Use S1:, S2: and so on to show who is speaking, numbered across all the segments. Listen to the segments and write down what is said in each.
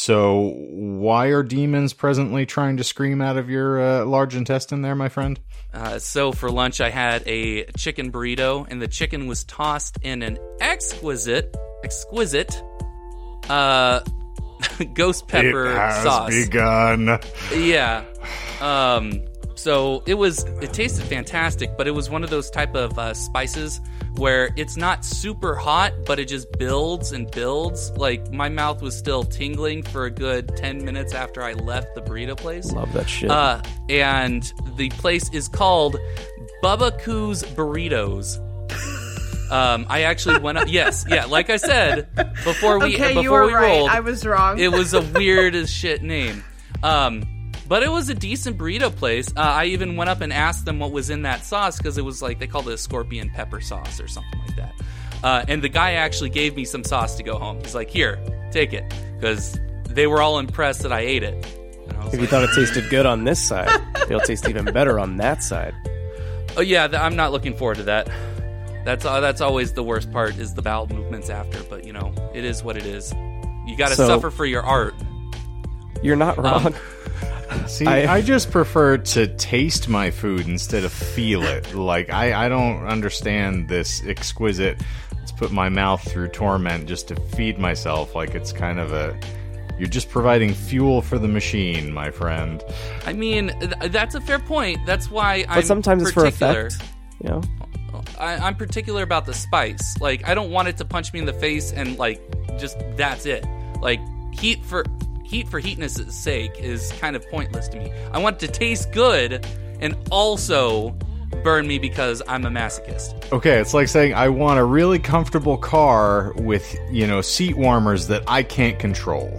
S1: So why are demons presently trying to scream out of your uh, large intestine there, my friend?
S2: Uh, so for lunch, I had a chicken burrito, and the chicken was tossed in an exquisite, exquisite, uh, ghost pepper
S1: it has
S2: sauce.
S1: begun.
S2: Yeah. Um. So it was. It tasted fantastic, but it was one of those type of uh, spices where it's not super hot, but it just builds and builds. Like my mouth was still tingling for a good ten minutes after I left the burrito place.
S3: Love that shit.
S2: Uh, and the place is called Bubba Coo's Burritos. Um, I actually went up. Yes, yeah. Like I said before we
S4: okay,
S2: before
S4: you were
S2: we
S4: right.
S2: rolled,
S4: I was wrong.
S2: it was a weird as shit name. Um, but it was a decent burrito place. Uh, I even went up and asked them what was in that sauce because it was like they called it a scorpion pepper sauce or something like that. Uh, and the guy actually gave me some sauce to go home. He's like, "Here, take it," because they were all impressed that I ate it. And I was
S3: if you
S2: like,
S3: thought it tasted good on this side, it'll taste even better on that side.
S2: "Oh yeah, th- I'm not looking forward to that." That's uh, that's always the worst part is the bowel movements after. But you know, it is what it is. You got to
S3: So-
S2: suffer for your art.
S3: You're not
S2: Um,
S3: wrong.
S1: See,
S3: I-
S1: I, just prefer to taste my food instead of feel it. Like I, I don't understand this exquisite. Let's put my mouth through torment just to feed myself. Like it's kind of a. You're just providing fuel for the machine, my friend.
S2: I mean, th- that's a fair point. That's why I'm
S3: but sometimes it's for
S2: particular.
S3: effect. You know,
S2: I- I'm particular about the spice. Like, I don't want it to punch me in the face and like just that's it. Like heat for heat for heatness' sake is kind of pointless to me. I want it to taste good and also burn me because I'm a masochist.
S1: Okay, it's like saying I want a really comfortable car with you know seat warmers that I can't control.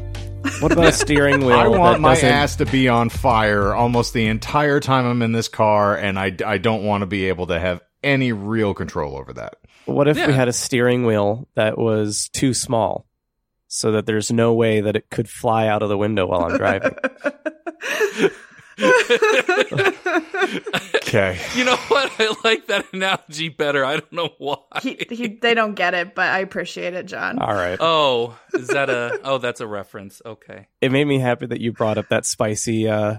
S3: what about a steering wheel?
S1: I want
S3: that
S1: my
S3: doesn't-
S1: ass to be on fire almost the entire time I'm in this car, and I, I don't want to be able to have any real control over that.
S3: What if
S2: Yeah.
S3: we had a steering wheel that was too small, so that there's no way that it could fly out of the window while I'm driving?
S1: Okay.
S2: You know what? I like that analogy better. I don't know why.
S4: he, he, they don't get it, but I appreciate it, John.
S3: All right.
S2: Oh, is that a? Oh, that's a reference. Okay.
S3: it made me happy that you brought up that spicy. uh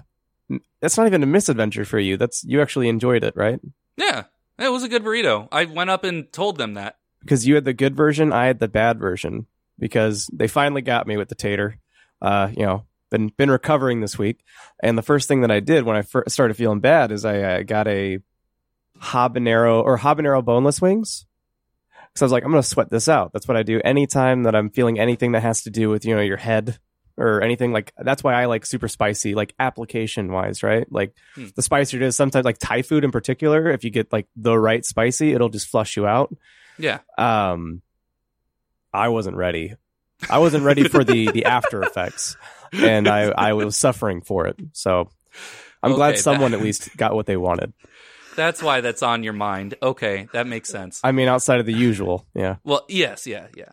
S3: m- That's not even a misadventure for you. That's you actually enjoyed it, right?
S2: Yeah, it was a good burrito. I went up and told them that.
S3: because you had the good version, I had the bad version because they finally got me with the tater. Uh, you know, been been recovering this week, and the first thing that I did when I first started feeling bad is I uh, got a habanero or habanero boneless wings. Because I was like, I'm gonna sweat this out. That's what I do anytime that I'm feeling anything that has to do with you know your head or anything like. That's why I like super spicy, like application wise, right? Like
S2: Hmm.
S3: the spicier it is, sometimes like Thai food in particular, if you get like the right spicy, it'll just flush you out
S2: Yeah.
S3: um i wasn't ready i wasn't ready for the the after effects and i i was suffering for it so i'm
S2: Okay,
S3: glad
S2: that-
S3: someone at least got what they wanted
S2: That's why that's on your mind. Okay, that makes sense.
S3: i mean outside of the usual yeah
S2: Well, yes, yeah, yeah.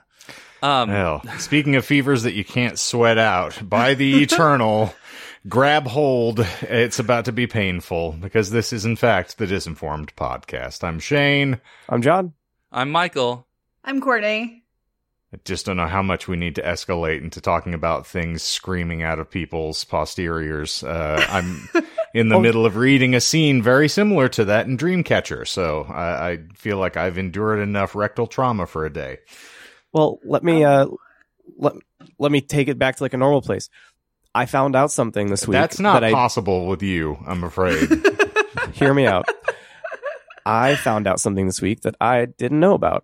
S2: Um,
S1: Well, speaking of fevers that you can't sweat out, by the eternal, grab hold. It's about to be painful because this is, in fact, the Disinformed Podcast. I'm Shane.
S3: i'm john
S2: I'm Michael.
S4: I'm Courtney.
S1: I just don't know how much we need to escalate into talking about things screaming out of people's posteriors. Uh, I'm in the
S3: Oh.
S1: middle of reading a scene very similar to that in Dreamcatcher, so I, I feel like I've endured enough rectal trauma for a day.
S3: well let me uh let, let me take it back to like a normal place i found out something this week
S1: That's not
S3: that i
S1: possible with you, I'm afraid.
S3: hear me out i found out something this week that i didn't know about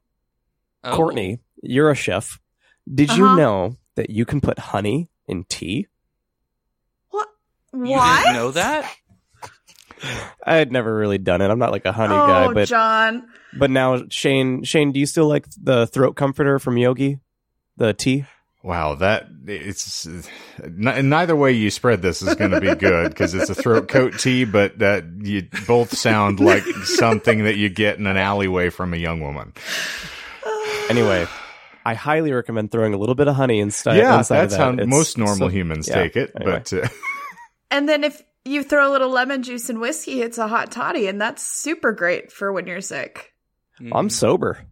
S2: Oh.
S3: Courtney, you're a chef. Did you
S4: Uh-huh.
S3: know that you can put honey in tea?
S4: What?
S2: You
S4: What?
S2: didn't know that?
S3: I had never really done it. I'm not like a honey
S4: oh,
S3: guy, but
S4: John.
S3: but now Shane, Shane, do you still like the throat comforter from Yogi, the tea?
S1: Wow, that it's n- neither way you spread this is going to be good because it's a throat coat tea, but that you both sound like something that you get in an alleyway from a young woman.
S3: Anyway, I highly recommend throwing a little bit of honey inside.
S1: yeah,
S3: inside of
S1: that's
S3: that.
S1: how
S3: It's
S1: most normal
S3: so-
S1: humans
S3: yeah,
S1: take it.
S3: anyway.
S1: But uh,
S4: And then if you throw a little lemon juice and whiskey, it's a hot toddy, and that's super great for when you're sick.
S3: I'm
S2: Mhm.
S3: sober.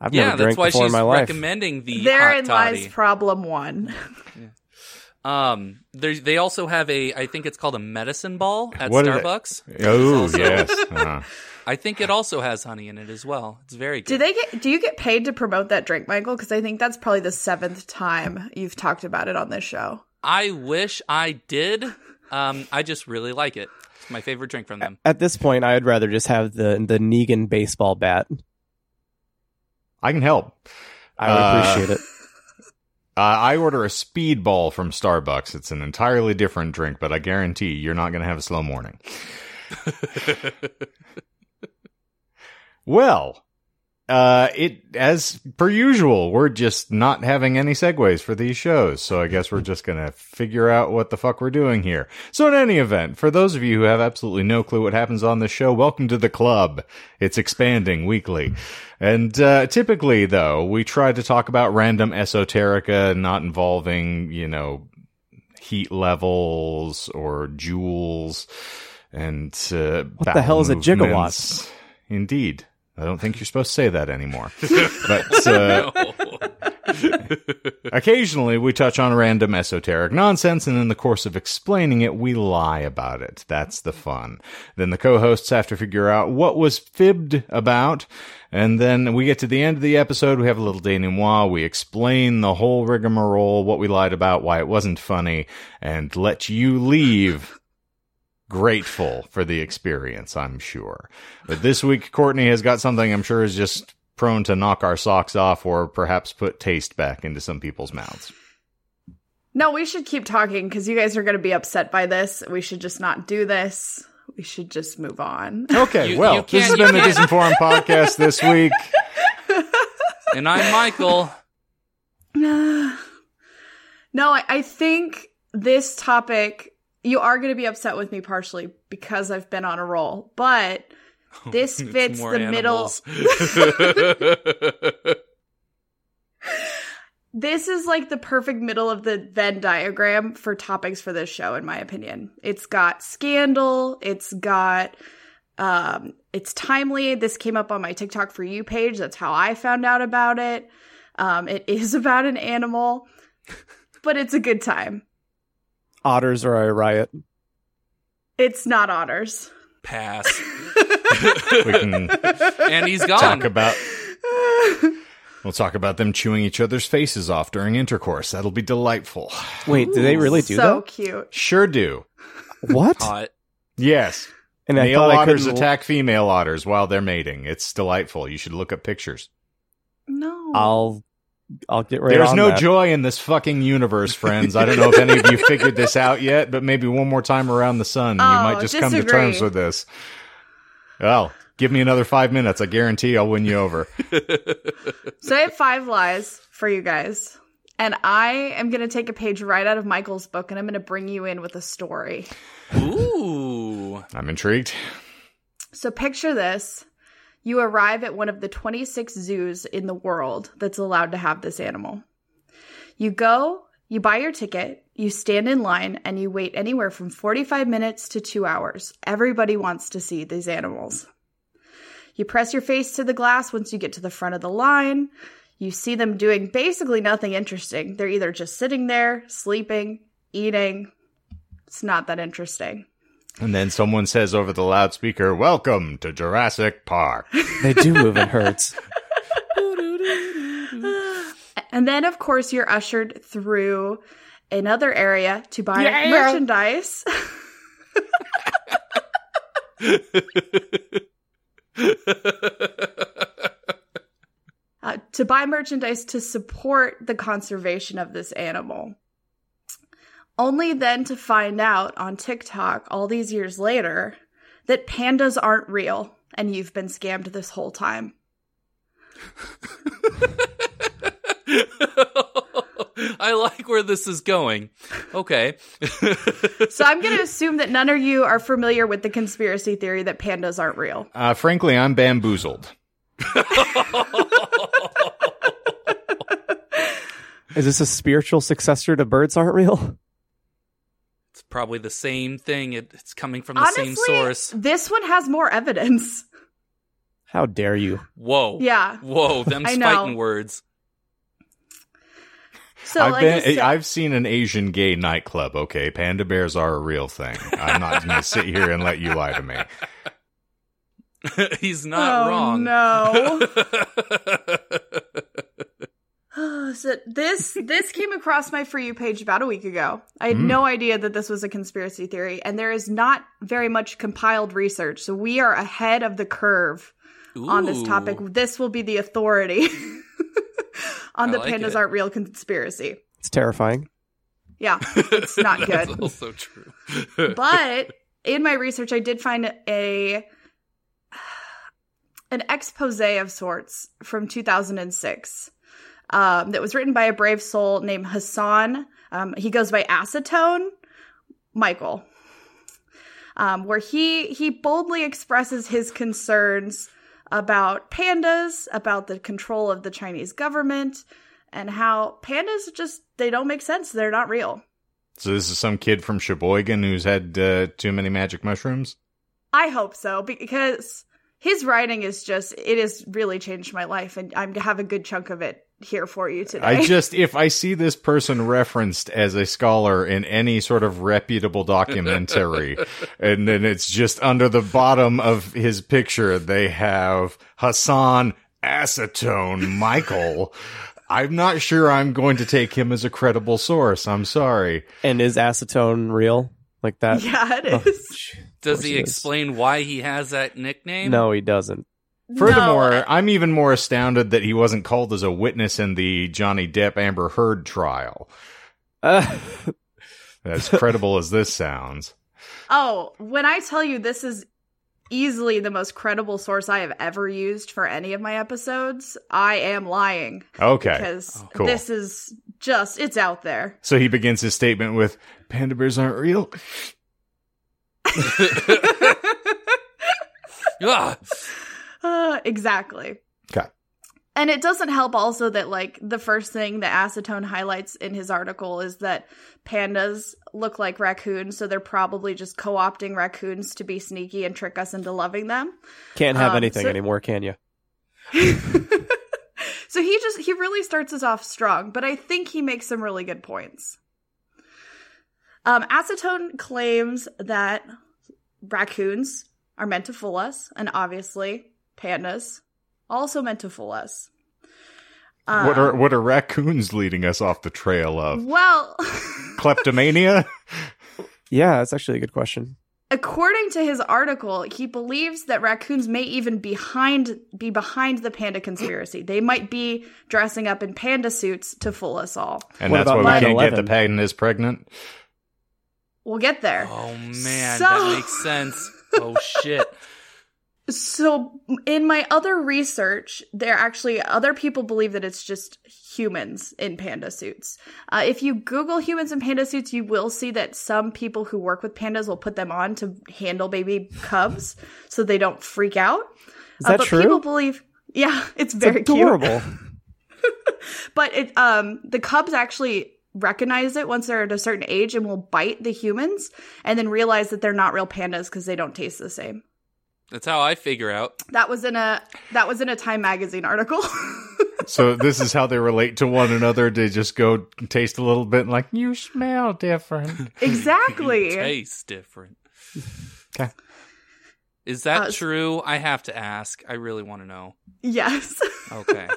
S3: I've
S2: yeah,
S3: never drank
S2: that's why
S3: before
S2: she's
S3: in my life.
S2: recommending the hot
S4: Therein
S2: toddy.
S4: lies problem one.
S2: Um, they they also have a I think it's called a medicine ball at
S1: What is it?
S2: Starbucks.
S1: Oh yes. Uh-huh.
S2: I think it also has honey in it as well. It's very good.
S4: Do they get? Do you get paid to promote that drink, Michael? Because I think that's probably the seventh time you've talked about it on this show.
S2: I wish I did. Um, I just really like it. It's my favorite drink from them.
S3: At this point, I'd rather just have the the Negan baseball bat.
S1: I can help.
S3: I would
S1: Uh,
S3: appreciate it.
S1: Uh, I order a speedball from Starbucks. It's an entirely different drink, but I guarantee you're not going to have a slow morning. Well, uh, it as per usual, we're just not having any segues for these shows, so I guess we're just gonna figure out what the fuck we're doing here. So, in any event, for those of you who have absolutely no clue what happens on this show, welcome to the club. It's expanding weekly, and uh, typically, though, we try to talk about random esoterica, not involving you know heat levels or joules, and uh,
S3: What the hell is a
S1: bowel
S3: gigawatt?
S1: movements. Indeed. I don't think you're supposed to say that anymore. but uh, occasionally we touch on random esoteric nonsense, and in the course of explaining it, we lie about it. That's the fun. Then the co hosts have to figure out what was fibbed about. And then we get to the end of the episode. We have a little denouement. We explain the whole rigmarole, what we lied about, why it wasn't funny, and let you leave grateful for the experience, I'm sure. But this week, Courtney has got something I'm sure is just prone to knock our socks off or perhaps put taste back into some people's mouths.
S4: No, we should keep talking because you guys are going to be upset by this. We should just not do this. We should just move on.
S1: Okay,
S2: You-
S1: well,
S2: you
S1: this has
S2: can't-
S1: been the
S2: you can't-
S1: Disinformed Podcast this week.
S2: and I'm Michael.
S4: no, I, I think this topic, you are going to be upset with me partially because I've been on a roll, but this
S2: It's
S4: fits
S2: more
S4: the middle.
S2: animals. middle.
S4: This is like the perfect middle of the Venn diagram for topics for this show, in my opinion. It's got scandal, it's got um it's timely. This came up on my TikTok for you page. That's how I found out about it. Um it is about an animal, but it's a good time.
S3: Otters are a riot.
S4: It's not otters.
S2: Pass.
S1: We can
S2: And he's
S1: talk
S2: gone.
S1: about we'll talk about them chewing each other's faces off during intercourse. That'll be delightful.
S3: Wait, do they really do
S4: so cute.
S1: Sure do.
S3: that? What?
S2: Hot.
S1: Yes.
S3: And I
S1: Male
S3: thought I
S1: otters
S3: couldn't.
S1: attack female otters while they're mating. It's delightful. You should look up pictures.
S4: No.
S3: I'll I'll get right.
S1: There's
S3: on
S1: no
S3: that.
S1: joy in this fucking universe, friends. I don't know if any of you figured this out yet, but maybe one more time around the sun, you
S4: Oh,
S1: might just come to
S4: disagree.
S1: terms with this. Well, give me another five minutes. I guarantee I'll win you over.
S4: So I have five lies for you guys. And I am going to take a page right out of Michael's book and I'm going to bring you in with a story.
S2: Ooh.
S1: I'm intrigued.
S4: So picture this. You arrive at one of the 26 zoos in the world that's allowed to have this animal. You go, you buy your ticket, you stand in line, and you wait anywhere from 45 minutes to two hours. Everybody wants to see these animals. You press your face to the glass once you get to the front of the line. You see them doing basically nothing interesting. They're either just sitting there, sleeping, eating. It's not that interesting.
S1: And then someone says over the loudspeaker, Welcome to Jurassic Park.
S3: They do move in herds.
S4: And then, of course, you're ushered through another area to buy merchandise. uh, to buy merchandise to support the conservation of this animal. Only then to find out on TikTok all these years later that pandas aren't real and you've been scammed this whole time.
S2: I like where this is going. Okay.
S4: So I'm going to assume that none of you are familiar with the conspiracy theory that pandas aren't real.
S1: Uh, frankly, I'm bamboozled.
S3: Is this a spiritual successor to Birds Aren't Real?
S2: It's probably the same thing. It, it's coming from the
S4: Honestly,
S2: same source.
S4: this one has more evidence.
S3: How dare you?
S2: Whoa.
S4: Yeah.
S2: Whoa, them
S4: I know.
S2: spiking words.
S4: So
S1: I've
S4: like I
S1: been eh,
S4: said-
S1: I've seen an Asian gay nightclub. Okay, panda bears are a real thing. I'm not going to sit here and let you lie to me.
S2: He's not
S4: Oh,
S2: wrong.
S4: No. so this this came across my for you page about a week ago. I had
S1: Hmm.
S4: no idea that this was a conspiracy theory, and there is not very much compiled research. So we are ahead of the curve on this topic.
S2: Ooh.
S4: This will be the authority on
S2: I
S4: the
S2: like
S4: pandas
S2: it.
S4: aren't real conspiracy.
S3: It's terrifying.
S4: Yeah, it's not
S2: That's
S4: good.
S2: also true.
S4: but in my research, I did find a an expose of sorts from 2006 um, that was written by a brave soul named Hassan. Um, he goes by Acetone Michael, um, where he he boldly expresses his concerns about pandas, about the control of the Chinese government, and how pandas just they don't make sense. They're not real.
S1: So this is some kid from Sheboygan who's had uh, too many magic mushrooms.
S4: I hope so because his writing is just it has really changed my life and I'm have a good chunk of it here for you today.
S1: I just if I see this person referenced as a scholar in any sort of reputable documentary, and then it's just under the bottom of his picture they have Hassan Acetone Michael. I'm not sure I'm going to take him as a credible source. I'm sorry.
S3: And is acetone real? Like that?
S4: yeah,
S3: Oh,
S4: it is.
S3: sh-
S2: Does
S3: course
S2: he
S3: it is.
S2: explain why he has that nickname?
S3: no, he doesn't.
S1: Furthermore,
S4: No,
S1: I'm even more astounded that he wasn't called as a witness in the Johnny Depp Amber Heard trial.
S3: Uh,
S1: As credible as this sounds.
S4: oh, when I tell you this is easily the most credible source I have ever used for any of my episodes, I am lying
S1: Okay.
S4: because
S2: Oh,
S1: cool.
S4: this is just it's out there.
S1: So he begins his statement with, "Panda bears aren't real."
S2: Ah,
S4: Uh, exactly.
S1: 'Kay.
S4: And it doesn't help also that like the first thing that acetone highlights in his article is that pandas look like raccoons, so they're probably just co-opting raccoons to be sneaky and trick us into loving them.
S3: can't have
S4: Um,
S3: anything
S4: so-
S3: anymore, can you?
S4: So he just he really starts us off strong, but I think he makes some really good points. Um, acetone claims that raccoons are meant to fool us, and obviously pandas also meant to fool us. Uh,
S1: what are what are raccoons leading us off the trail of?
S4: well?
S1: Kleptomania?
S3: Yeah, that's actually a good question.
S4: according to his article, he believes that raccoons may even behind be behind the panda conspiracy. They might be dressing up in panda suits to fool us all.
S1: And
S3: What
S1: that's
S3: about
S1: why we can't get the
S3: 9/11?
S1: patent is pregnant.
S4: We'll get there.
S2: oh man,
S4: So-
S2: that makes sense. Oh shit.
S4: So, in my other research, there actually other people believe that it's just humans in panda suits. Uh, if you Google humans in panda suits, you will see that some people who work with pandas will put them on to handle baby cubs so they don't freak out.
S3: Is that
S4: Uh, but
S3: true?
S4: People believe, yeah, it's
S3: It's
S4: very cute.
S3: adorable.
S4: But it, um, the cubs actually recognize it once they're at a certain age and will bite the humans, and then realize that they're not real pandas because they don't taste the same.
S2: That's how I figure out.
S4: That was in a that was in a Time magazine article.
S1: So this is how they relate to one another. They just go taste a little bit and like, you smell different.
S4: exactly.
S2: Tastes different.
S1: Okay.
S2: Is that
S4: Uh, s-
S2: true? I have to ask. I really want to know.
S4: Yes.
S2: Okay.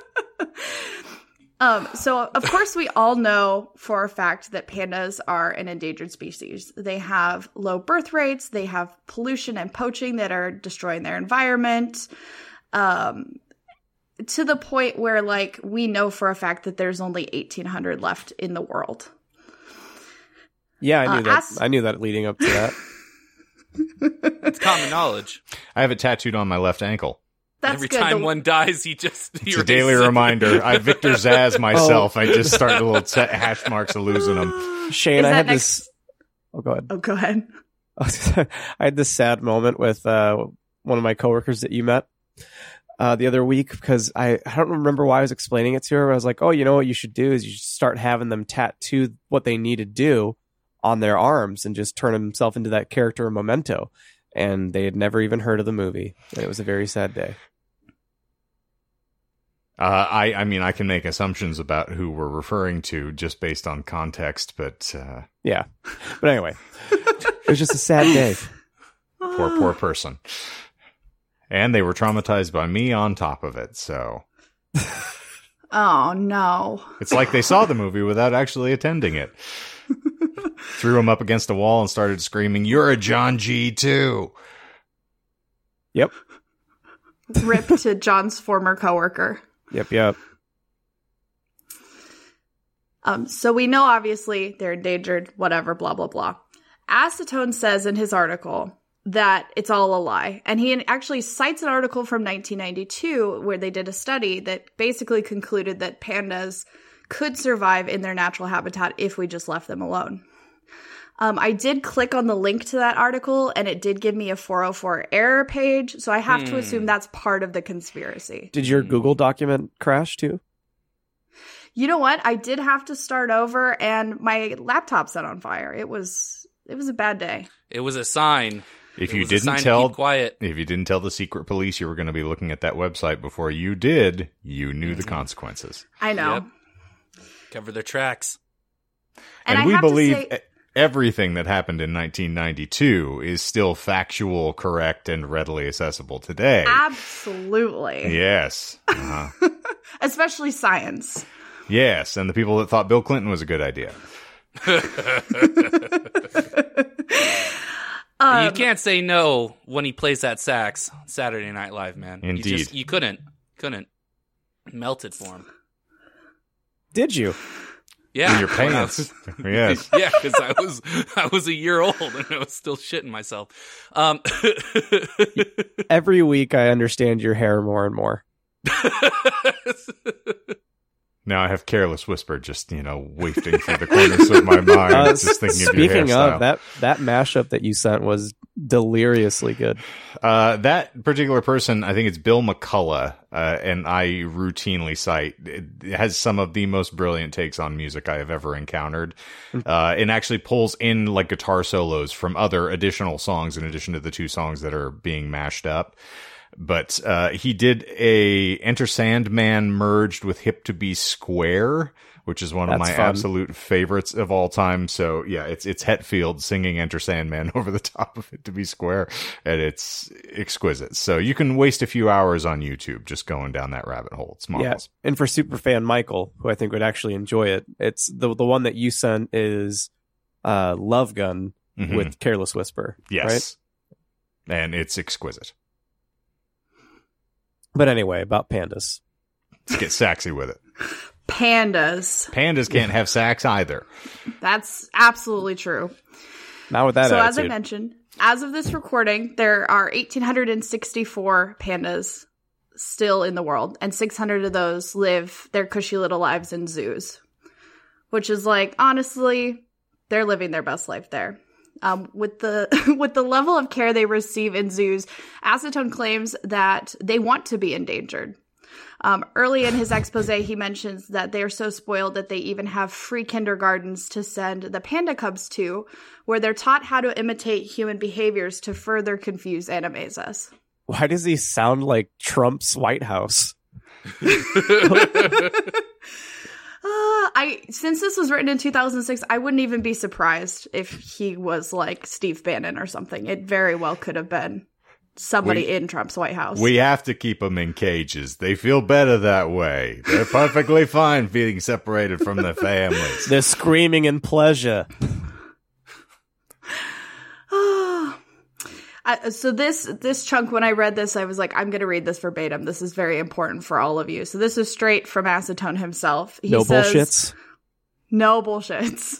S4: Um, so of course we all know for a fact that pandas are an endangered species. They have low birth rates, they have pollution and poaching that are destroying their environment. Um to the point where like we know for a fact that there's only 1800 left in the world.
S3: Yeah, I
S4: Uh,
S3: knew that.
S4: ask-
S3: I knew that leading up to that.
S2: It's common knowledge.
S1: I have it tattooed on my left ankle.
S4: That's
S2: Every
S4: good.
S2: time
S4: The-
S2: one dies, he just.
S1: It's a daily reminder. I Victor
S3: Oh.
S1: Zaz myself. I just start little t- hash marks of losing them.
S3: Shane,
S4: Is
S3: I
S4: that
S3: had
S4: next-
S3: this. Oh, go ahead.
S4: Oh, go ahead.
S3: I had this sad moment with uh, one of my coworkers that you met uh, the other week because I, I don't remember why I was explaining it to her. but I was like, oh, you know what you should do is you should start having them tattoo what they need to do on their arms and just turn himself into that character in Memento. And they had never even heard of the movie. And it was a very sad day.
S1: Uh, I I mean I can make assumptions about who we're referring to just based on context, but uh,
S3: Yeah. But anyway, it was just a sad day.
S1: poor poor person. And they were traumatized by me on top of it, so
S4: Oh no.
S1: it's like they saw the movie without actually attending it. Threw him up against a wall and started screaming, "You're a John G too!"
S3: Yep.
S4: Rip to John's former coworker.
S3: Yep. Yep.
S4: Um, so we know obviously they're endangered, whatever, blah, blah, blah. Acetone says in his article that it's all a lie. And he actually cites an article from 1992 where they did a study that basically concluded that pandas could survive in their natural habitat if we just left them alone. Um, I did click on the link to that article and it did give me a 404 error page. So I have to
S2: Hmm.
S4: assume that's part of the conspiracy.
S3: Did your Google document crash too?
S4: You know what? I did have to start over and my laptop set on fire. It was it was a bad day.
S2: It was a sign.
S1: If
S2: It
S1: you
S2: was a sign
S1: didn't
S2: to
S1: tell,
S2: keep quiet.
S1: if you didn't tell the secret police you were going to be looking at that website before you did, you knew the
S2: Mhm.
S1: consequences.
S4: I know.
S2: Yep. Cover their tracks.
S4: And, I
S1: we
S4: have
S1: believe
S4: to say,
S1: e- everything that happened in 1992 is still factual, correct, and readily accessible today.
S4: absolutely.
S1: yes. Uh-huh.
S4: Especially science.
S1: yes. And the people that thought Bill Clinton was a good idea.
S4: Um,
S2: you can't say no when he plays that sax on Saturday Night Live, man. You,
S1: Indeed.
S2: just, you couldn't. Couldn't. Melted for him.
S3: Did you?
S2: Yeah.
S1: In your
S2: when I
S1: pants.
S2: was-
S1: yes.
S2: yeah, because I was I was a year old and I was still shitting myself. Um,
S3: Every week I understand your hair more and more.
S1: Now I have careless whisper just, you know, wafting through the corners of my mind,
S3: Uh,
S1: just thinking of your
S3: Speaking
S1: hairstyle.
S3: of that, that mashup that you sent was deliriously good.
S1: Uh, that particular person, I think it's Bill McCullough, uh, and I routinely cite, it has some of the most brilliant takes on music I have ever encountered,
S3: Hmm.
S1: uh, and actually pulls in like guitar solos from other additional songs in addition to the two songs that are being mashed up. But uh, he did a Enter Sandman merged with Hip to Be Square, which is one of
S3: That's
S1: my
S3: fun.
S1: absolute favorites of all time. So yeah, it's it's Hetfield singing Enter Sandman over the top of it to be square, and it's exquisite. So you can waste a few hours on YouTube just going down that rabbit hole. It's marvelous.
S3: Yeah. And for superfan Michael, who I think would actually enjoy it, it's the the one that you sent is uh, Love Gun
S1: Mhm.
S3: with Careless Whisper.
S1: yes,
S3: Right?
S1: and it's exquisite.
S3: But anyway, about pandas.
S1: Let's get sexy with it.
S4: pandas.
S1: Pandas can't have sacks either.
S4: That's absolutely true.
S3: Not with that
S4: so as I
S3: attitude.
S4: mentioned, as of this recording, there are 1864 pandas still in the world and 600 of those live their cushy little lives in zoos. Which is like honestly, they're living their best life there. Um, with the with the level of care they receive in zoos, Acetone claims that they want to be endangered. Um, early in his expose, he mentions that they are so spoiled that they even have free kindergartens to send the panda cubs to, where they're taught how to imitate human behaviors to further confuse animazes.
S3: Why does he sound like Trump's White House?
S4: Uh, I since this was written in 2006, I wouldn't even be surprised if he was like Steve Bannon or something. It very well could have been somebody
S1: We-
S4: in Trump's White House.
S1: We have to keep them in cages. They feel better that way. They're perfectly fine being separated from their families.
S3: They're screaming in pleasure.
S4: I, so this this chunk when I read this, I was like, I'm going to read this verbatim. This is very important for all of you. So this is straight from Acetone himself. He
S3: no
S4: says,
S3: bullshits.
S4: No bullshits.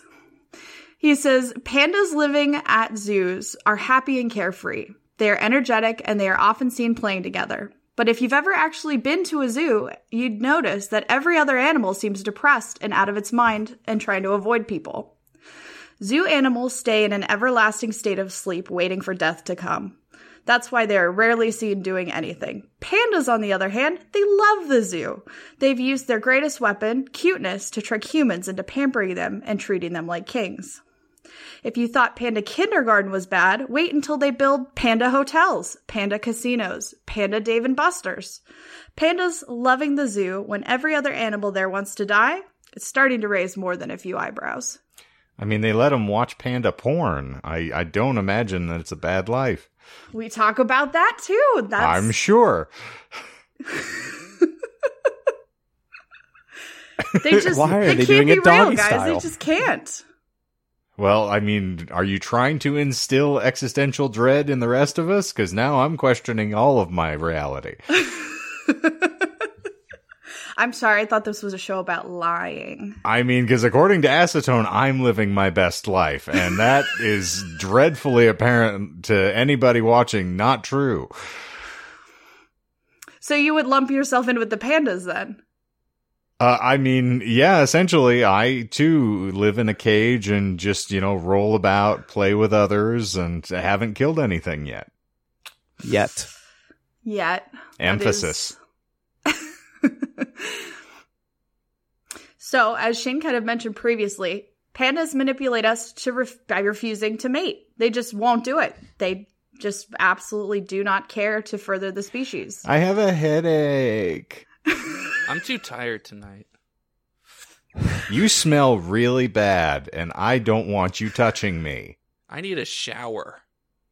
S4: He says pandas living at zoos are happy and carefree. They are energetic and they are often seen playing together. But if you've ever actually been to a zoo, you'd notice that every other animal seems depressed and out of its mind and trying to avoid people. Zoo animals stay in an everlasting state of sleep, waiting for death to come. That's why they are rarely seen doing anything. Pandas, on the other hand, they love the zoo. They've used their greatest weapon, cuteness, to trick humans into pampering them and treating them like kings. If you thought Panda Kindergarten was bad, wait until they build Panda hotels, Panda casinos, Panda Dave and Buster's. Pandas loving the zoo when every other animal there wants to die, it's starting to raise more than a few eyebrows.
S1: I mean, they let them watch panda porn. I, I don't imagine that it's a bad life.
S4: We talk about that too. That's
S1: I'm sure.
S4: they just
S3: Why are
S4: they,
S3: they
S4: can't
S3: doing
S4: be
S3: it
S4: real,
S3: doggy
S4: guys. They
S3: style?
S4: just can't.
S1: Well, I mean, are you trying to instill existential dread in the rest of us? Because now I'm questioning all of my reality.
S4: I'm sorry. I thought this was a show about lying.
S1: I mean, because according to acetone, I'm living my best life, and that is dreadfully apparent to anybody watching. Not true.
S4: So you would lump yourself in with the pandas then?
S1: Uh, I mean, yeah, essentially, I too live in a cage and just, you know, roll about, play with others, and haven't killed anything yet.
S3: Yet.
S4: Yet. That
S1: Emphasis.
S4: is- so, as Shane kind of mentioned previously, pandas manipulate us to ref- by refusing to mate. They just won't do it. They just absolutely do not care to further the species.
S1: I have a headache.
S2: I'm too tired tonight.
S1: You smell really bad, and I don't want you touching me.
S2: I need a shower.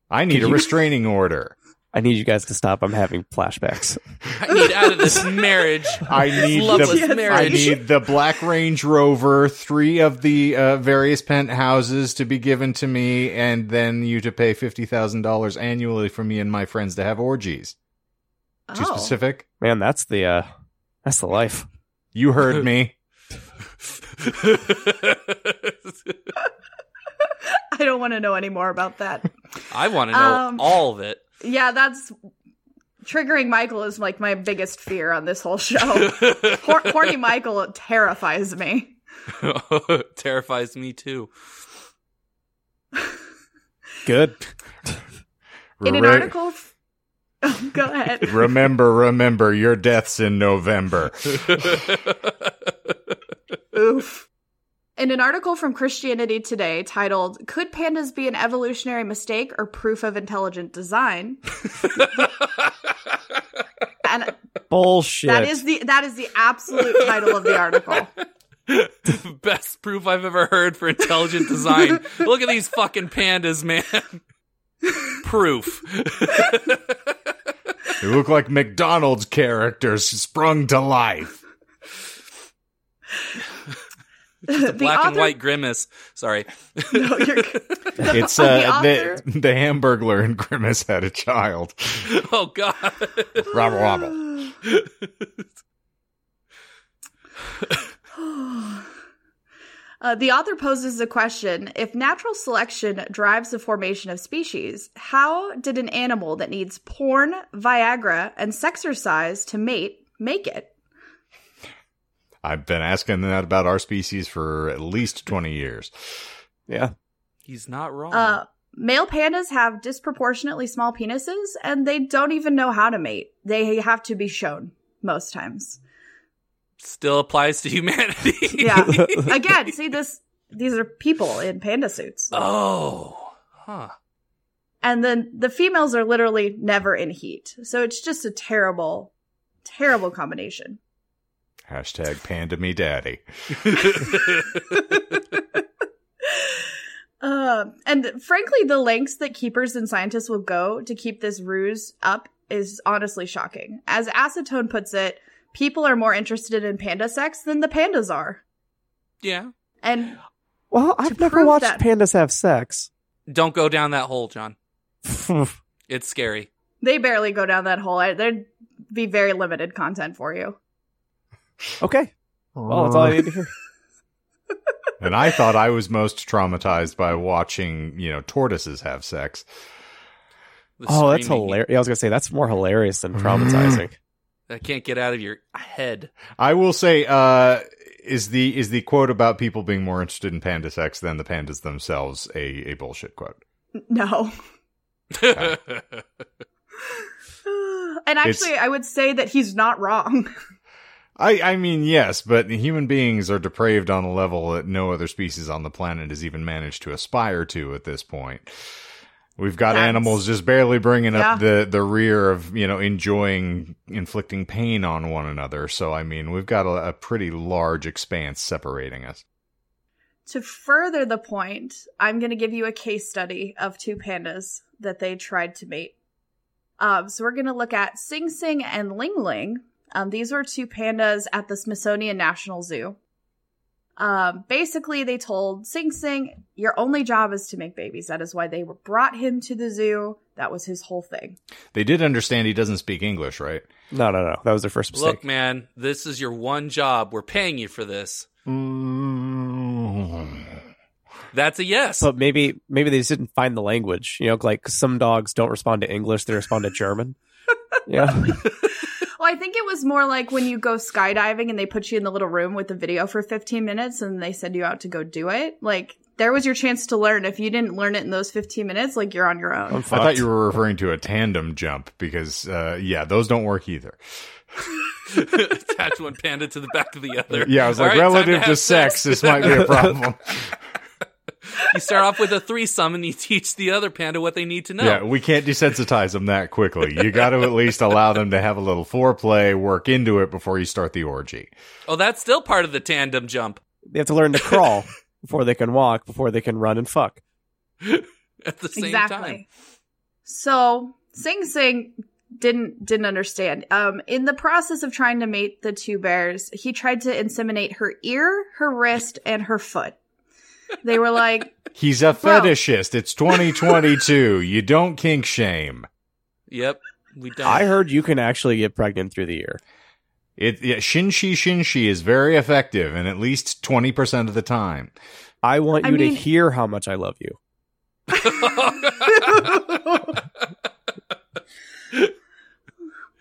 S1: I need a restraining order.
S3: I need you guys to stop. I'm having flashbacks.
S2: I need out of this marriage.
S1: I need
S2: loveless
S1: the I
S2: marriage.
S1: need the Black Range Rover, three of the uh, various penthouses to be given to me, and then you to pay fifty thousand dollars annually for me and my friends to have orgies. Too
S4: Oh.
S1: specific?
S3: Man, that's the uh that's the life.
S1: You heard me.
S4: I don't want to know any more about that.
S2: I want to know
S4: Um,
S2: all of it.
S4: yeah, that's triggering Michael is like my biggest fear on this whole show. Hor- horny Michael terrifies me.
S2: Terrifies me too.
S3: Good.
S4: In an
S1: Re-
S4: article, f- oh, go ahead.
S1: remember, remember, your death's in November.
S4: Oof. In an article from Christianity Today titled, Could Pandas Be an Evolutionary Mistake or Proof of Intelligent Design? And
S3: Bullshit.
S4: that is the that is the absolute title of the article.
S2: Best proof I've ever heard for intelligent design. Look at these fucking pandas, man. proof.
S1: They look like McDonald's characters sprung to life.
S4: The
S2: Black
S4: author
S2: and white grimace. Sorry.
S4: No, you're good.
S1: It's
S4: The
S1: uh,
S4: author-
S1: the, the Hamburglar and Grimace had a child.
S2: Oh god.
S1: Robble, robble.
S4: Uh, the author poses the question if natural selection drives the formation of species, how did an animal that needs porn, Viagra, and sexercise to mate make it?
S1: I've been asking that about our species for at least 20 years.
S3: yeah.
S2: He's not wrong.
S4: Uh, male pandas have disproportionately small penises and they don't even know how to mate. They have to be shown most times.
S2: Still applies to humanity.
S4: Yeah. Again, see this these are people in panda suits.
S2: Oh. Huh.
S4: And then the females are literally never in heat. So it's just a terrible terrible combination.
S1: Hashtag panda me daddy.
S4: Uh, and frankly, the lengths that keepers and scientists will go to keep this ruse up is honestly shocking. As Acetone puts it, people are more interested in panda sex than the pandas are.
S2: yeah.
S4: And
S3: Well, I've never
S4: prove
S3: watched
S4: that-
S3: pandas have sex.
S2: Don't go down that hole, John.
S3: That's
S2: It's scary.
S4: they barely go down that hole. I- There'd be very limited content for you.
S3: okay. Well, that's all I need to hear.
S1: and I thought I was most traumatized by watching, you know, tortoises have sex.
S2: The
S3: Oh, that's
S2: screaming.
S3: hilarious. Yeah, I was gonna say that's more hilarious than traumatizing.
S2: I can't get out of your head.
S1: I will say, uh, is the is the quote about people being more interested in panda sex than the pandas themselves a, a bullshit quote?
S4: No. and actually, I would say that he's not wrong.
S1: I, I mean, yes, but human beings are depraved on a level that no other species on the planet has even managed to aspire to at this point. We've got
S4: That's-
S1: animals just barely bringing up
S4: Yeah.
S1: the, the rear of, you know, enjoying inflicting pain on one another. So, I mean, we've got a, a pretty large expanse separating us.
S4: To further the point, I'm going to give you a case study of two pandas that they tried to mate. Um, so we're going to look at Sing Sing and Ling Ling. Um, these were two pandas at the Smithsonian National Zoo. Um, basically, they told Sing Sing, "Your only job is to make babies. That is why they were- brought him to the zoo. That was his whole thing."
S1: They did understand he doesn't speak English, right?
S3: No, no, no. That was their first mistake.
S2: Look, man, this is your one job. We're paying you for this. That's a yes.
S3: But maybe maybe they just didn't find the language. You know, like 'cause some dogs don't respond to English; they respond to German. yeah,
S4: Well, I think it was more like when you go skydiving and they put you in the little room with the video for 15 minutes and they send you out to go do it. Like, there was your chance to learn. If you didn't learn it in those 15 minutes, like, you're on your
S3: I'm
S4: own.
S1: I
S3: fucked.
S1: thought you were referring to a tandem jump because, uh, yeah, those don't work either.
S2: Attach one panda to the back of the other.
S1: Yeah, I was
S2: All
S1: like,
S2: right, time
S1: relative
S2: have
S1: to sex, this might be a problem.
S2: you start off with a threesome and you teach the other panda what they need to know.
S1: Yeah, we can't desensitize them that quickly. You got to at least allow them to have a little foreplay, work into it before you start the orgy.
S2: Oh, that's still part of the tandem jump.
S3: they have to learn to crawl before they can walk, before they can run and fuck.
S2: At the same time.
S4: So, Sing Sing didn't didn't understand. Um, in the process of trying to mate the two bears, he tried to inseminate her ear, her wrist, and her foot. They were like,
S1: He's a
S4: Well-
S1: fetishist. It's 2022. you don't kink shame.
S2: Yep. We done.
S3: I heard you can actually get pregnant through the ear.
S1: It yeah, shinshi shinshi is very effective, and at least 20% of the time.
S3: I want
S4: I
S3: you
S4: mean-
S3: to hear how much I love you.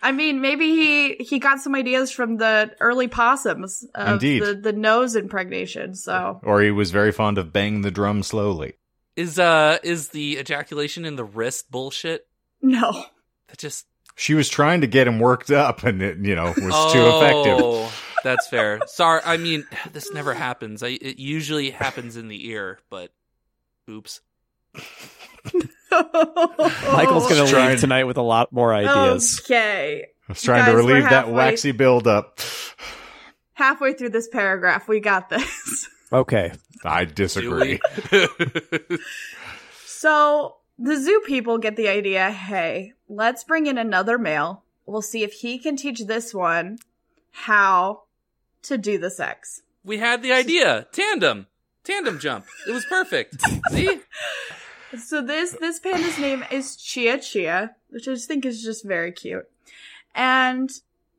S4: I mean, maybe he he got some ideas from the early possums of
S1: Indeed.
S4: the the nose impregnation. So
S1: Or he was very fond of bang the drum slowly.
S2: is uh is the ejaculation in the wrist bullshit?
S4: no,
S2: That just
S1: She was trying to get him worked up, and it, you know, was too effective.
S2: Oh, That's fair. Sorry, I mean this never happens. I, it usually happens in the ear, but oops.
S4: Oh.
S3: Michael's gonna
S1: Trying-
S3: leave tonight with a lot more
S4: Um.
S3: ideas.
S4: Okay,
S1: I was trying to
S4: Guys, we're
S1: relieve that
S4: halfway-
S1: waxy buildup.
S4: halfway through this paragraph, we got this.
S3: Okay,
S1: I
S2: Do
S1: disagree.
S2: we?
S4: So the zoo people get the idea. Hey, let's bring in another male. We'll see if he can teach this one how to do the sex.
S2: we had the idea. Tandem. Tandem jump. It was perfect. See?
S4: So this this panda's name is Chia Chia, which I just think is just very cute. And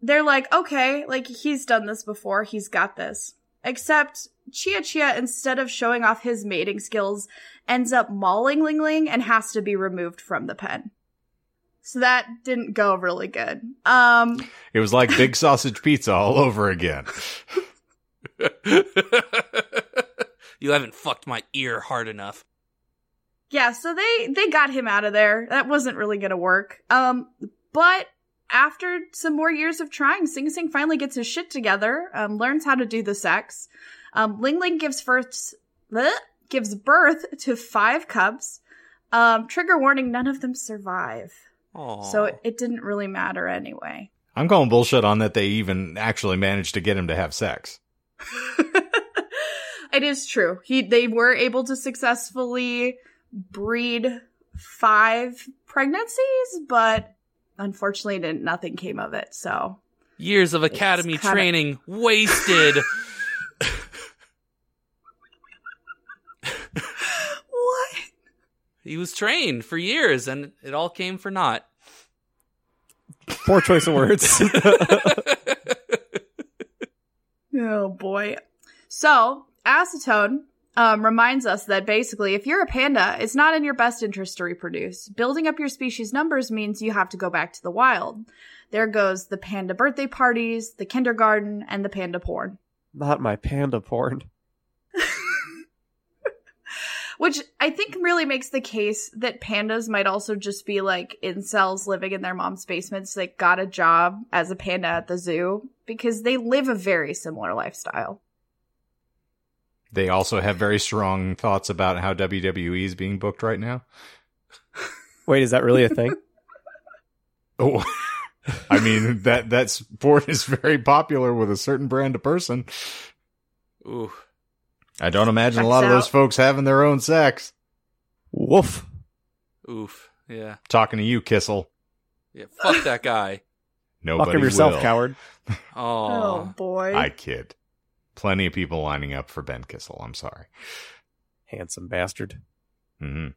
S4: they're like, okay, like he's done this before, he's got this. Except Chia Chia, instead of showing off his mating skills, ends up mauling Ling Ling and has to be removed from the pen. So that didn't go really good. Um,
S1: It was like big sausage pizza all over again.
S2: you haven't fucked my ear hard enough.
S4: yeah so they they got him out of there that wasn't really gonna work um but after some more years of trying sing sing finally gets his shit together um learns how to do the sex um ling ling gives first bleh, gives birth to five cubs um trigger warning none of them survive
S2: Aw.
S4: so it, it didn't really matter anyway
S1: I'm calling bullshit on that they even actually managed to get him to have sex.
S4: it is true. He they were able to successfully breed five pregnancies, but unfortunately, didn't, nothing came of it. So
S2: years of academy
S4: kinda-
S2: training wasted.
S4: what?
S2: he was trained for years and it all came for naught.
S3: poor choice of words.
S4: Oh boy. So acetone um, reminds us that basically, if you're a panda, it's not in your best interest to reproduce. Building up your species numbers means you have to go back to the wild. There goes the panda birthday parties, the kindergarten, and the panda porn.
S3: Not my panda porn.
S4: Which I think really makes the case that pandas might also just be like incels living in their mom's basements that got a job as a panda at the zoo because they live a very similar lifestyle.
S1: They also have very strong thoughts about how WWE is being booked right now.
S3: Wait, is that really a thing?
S1: Oh, I mean that that sport is very popular with a certain brand of person.
S2: Ooh.
S1: I don't imagine a
S4: Checks
S1: lot of those
S4: out.
S1: folks having their own sex.
S3: Woof.
S2: Oof. Yeah.
S1: Talking to you, Kissel.
S2: Yeah. Fuck that guy.
S1: Nobody
S3: Fuck him yourself,
S1: will.
S3: coward.
S4: Oh,
S2: Oh.
S4: boy.
S1: I kid. Plenty of people lining up for Ben Kissel. I'm sorry.
S3: Handsome bastard.
S1: hmm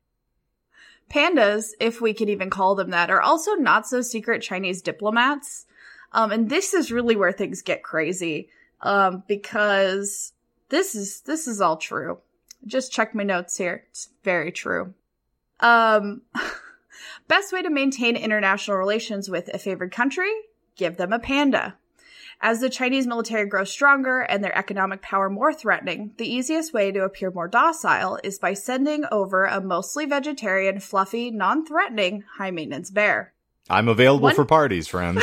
S4: Pandas, if we could even call them that, are also not so secret Chinese diplomats. Um, and this is really where things get crazy um, because this is this is all true. Just check my notes here; it's very true. Um, best way to maintain international relations with a favored country: give them a panda. As the Chinese military grows stronger and their economic power more threatening, the easiest way to appear more docile is by sending over a mostly vegetarian, fluffy, non threatening, high maintenance bear.
S1: I'm available
S4: One-
S1: for parties, friends.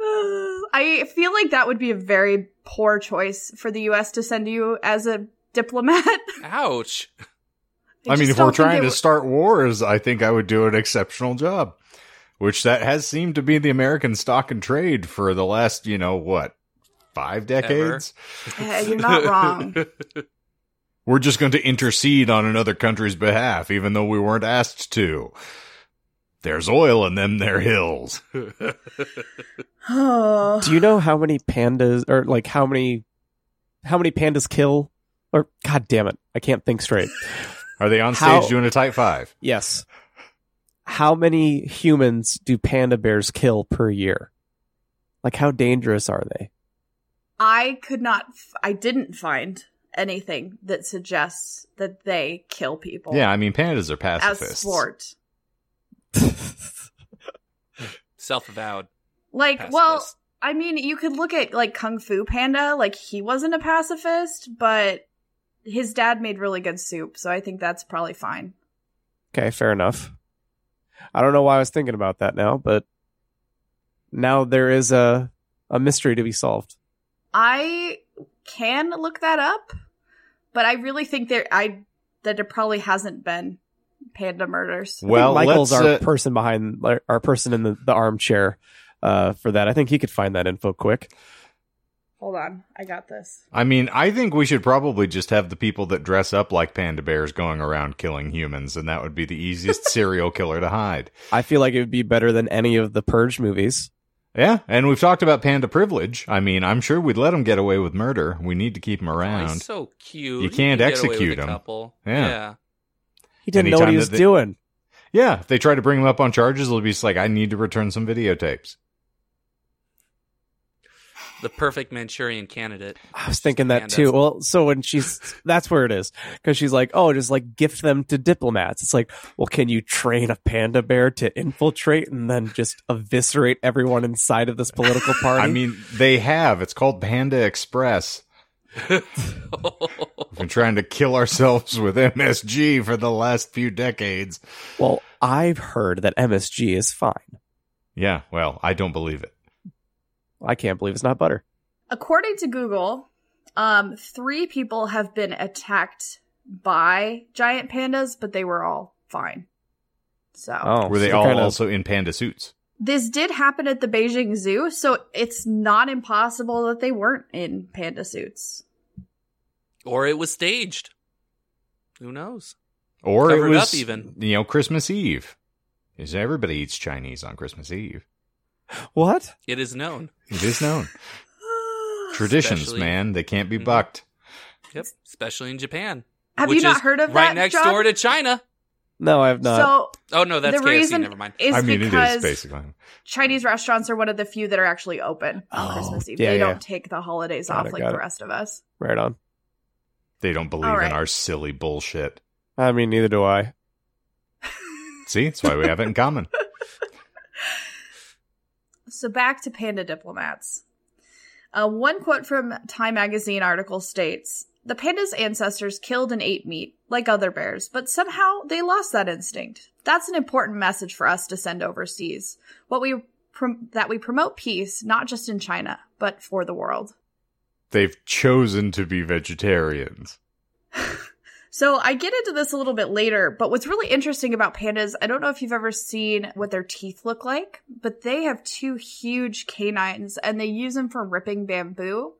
S4: I feel like that would be a very poor choice for the US to send you as a diplomat.
S2: Ouch.
S1: I mean,
S4: just
S1: if we're
S4: don't think
S1: trying
S4: it
S1: to
S4: would-
S1: start wars, I think I would do an exceptional job, which that has seemed to be the American stock and trade for the last, you know, what, five decades?
S4: Eh, you're not wrong.
S1: We're just going to intercede on another country's behalf, even though we weren't asked to. There's oil in them, there hills.
S3: Do you know how many pandas or like how many how many pandas kill? Or god damn it, I can't think straight.
S1: Are they on
S3: How-
S1: stage doing a tight five?
S3: Yes. How many humans do panda bears kill per year? Like how dangerous are they?
S4: I could not, f- I didn't find anything that suggests that they kill people
S1: Yeah, I mean, pandas are
S4: Oh. as
S1: pacifists.
S4: sport.
S2: Self avowed.
S4: Like, well, I mean, you could look at like Kung Fu Panda, like he wasn't a pacifist, but his dad made really good soup, so I think that's probably fine.
S3: Okay, fair enough. I don't know why I was thinking about that now, but now there is a a mystery to be solved.
S4: I can look that up, but I really think there I that it probably hasn't been panda murders.
S3: I think
S1: Well,
S3: Michael's
S1: let's,
S3: our
S1: uh,
S3: person behind our- our person in the, the armchair uh, for that. I think he could find that info quick.
S4: Hold on, I got this.
S1: I mean, I think we should probably just have the people that dress up like panda bears going around killing humans, and that would be the easiest serial killer to hide.
S3: I feel like it would be better than any of the Purge movies.
S1: Yeah, and we've talked about panda privilege. I mean, I'm sure we'd let them get away with murder. We need to keep them
S2: Oh,
S1: around.
S2: he's so cute.
S1: You can't
S2: can get away
S1: execute
S2: with a
S1: him.
S2: Couple.
S1: Yeah.
S3: He didn't know
S1: Anytime
S3: what he
S1: that
S3: was
S1: they-
S3: doing.
S1: yeah, if they try to bring them up on charges, it'll be just like, I need to return some videotapes.
S2: The perfect Manchurian candidate.
S3: I was thinking that
S2: Pandas.
S3: too. Well, so when she's that's where it is because she's like, oh, just like gift them to diplomats. It's like, well, can you train a panda bear to infiltrate and then just eviscerate everyone inside of this political party?
S1: I mean, they have. It's called Panda Express. We've been trying to kill ourselves with MSG for the last few decades.
S3: well, I've heard that MSG is fine.
S1: Yeah, well, I don't believe it.
S3: I can't believe it's not butter.
S4: According to Google, um 3 people have been attacked by giant pandas, but they were all fine. So
S3: Oh,
S1: Were they
S3: so
S1: all
S3: kind of-
S1: also in panda suits?
S4: this did happen at the Beijing Zoo, so it's not impossible that they weren't in panda suits.
S2: or it was staged. Who knows?
S1: or
S2: Covered
S1: it was
S2: up even.
S1: you know Christmas Eve. Is everybody eats Chinese on Christmas Eve?
S3: what?
S2: It is known.
S1: It is known traditions,
S2: Especially-
S1: man. They can't be
S2: Mhm.
S1: bucked.
S2: Yep. Especially in Japan.
S4: Have
S2: which
S4: you not
S2: is
S4: heard of
S2: right
S4: that,
S2: next
S4: John?
S2: door to China.
S3: No, I've not.
S4: So
S2: Oh no, that's
S4: the
S2: KFC.
S4: reason
S2: Never mind.
S4: is
S1: I mean, it
S4: because
S1: is basically.
S4: Chinese restaurants are one of the few that are actually open on
S3: Oh,
S4: Christmas Eve.
S3: yeah,
S4: they
S3: yeah.
S4: don't take the holidays
S3: Got
S4: off
S3: it,
S4: like
S3: got
S4: the
S3: it.
S4: rest of us.
S3: right on.
S1: They don't believe
S4: All right.
S1: in our silly bullshit.
S3: I mean, neither do I.
S1: See, that's why we have it in common.
S4: So back to panda diplomats. Uh, one quote from Time Magazine article states The panda's ancestors killed and ate meat, like other bears, but somehow they lost that instinct. That's an important message for us to send overseas. What we prom- that we promote peace, not just in China, but for the world.
S1: They've chosen to be vegetarians.
S4: So I get into this a little bit later, but what's really interesting about pandas, I don't know if you've ever seen what their teeth look like, but they have two huge canines and they use them for ripping bamboo.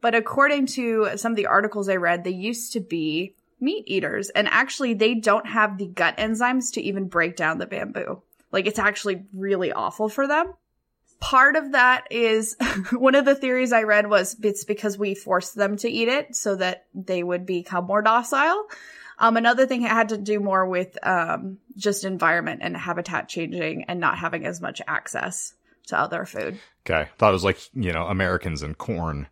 S4: But according to some of the articles I read, they used to be meat eaters and actually they don't have the gut enzymes to even break down the bamboo. Like it's actually really awful for them. Part of that is one of the theories I read was it's because we forced them to eat it so that they would become more docile. Um, another thing it had to do more with um, just environment and habitat changing and not having as much access to other food.
S1: Okay. Thought it was like, you know, Americans and corn.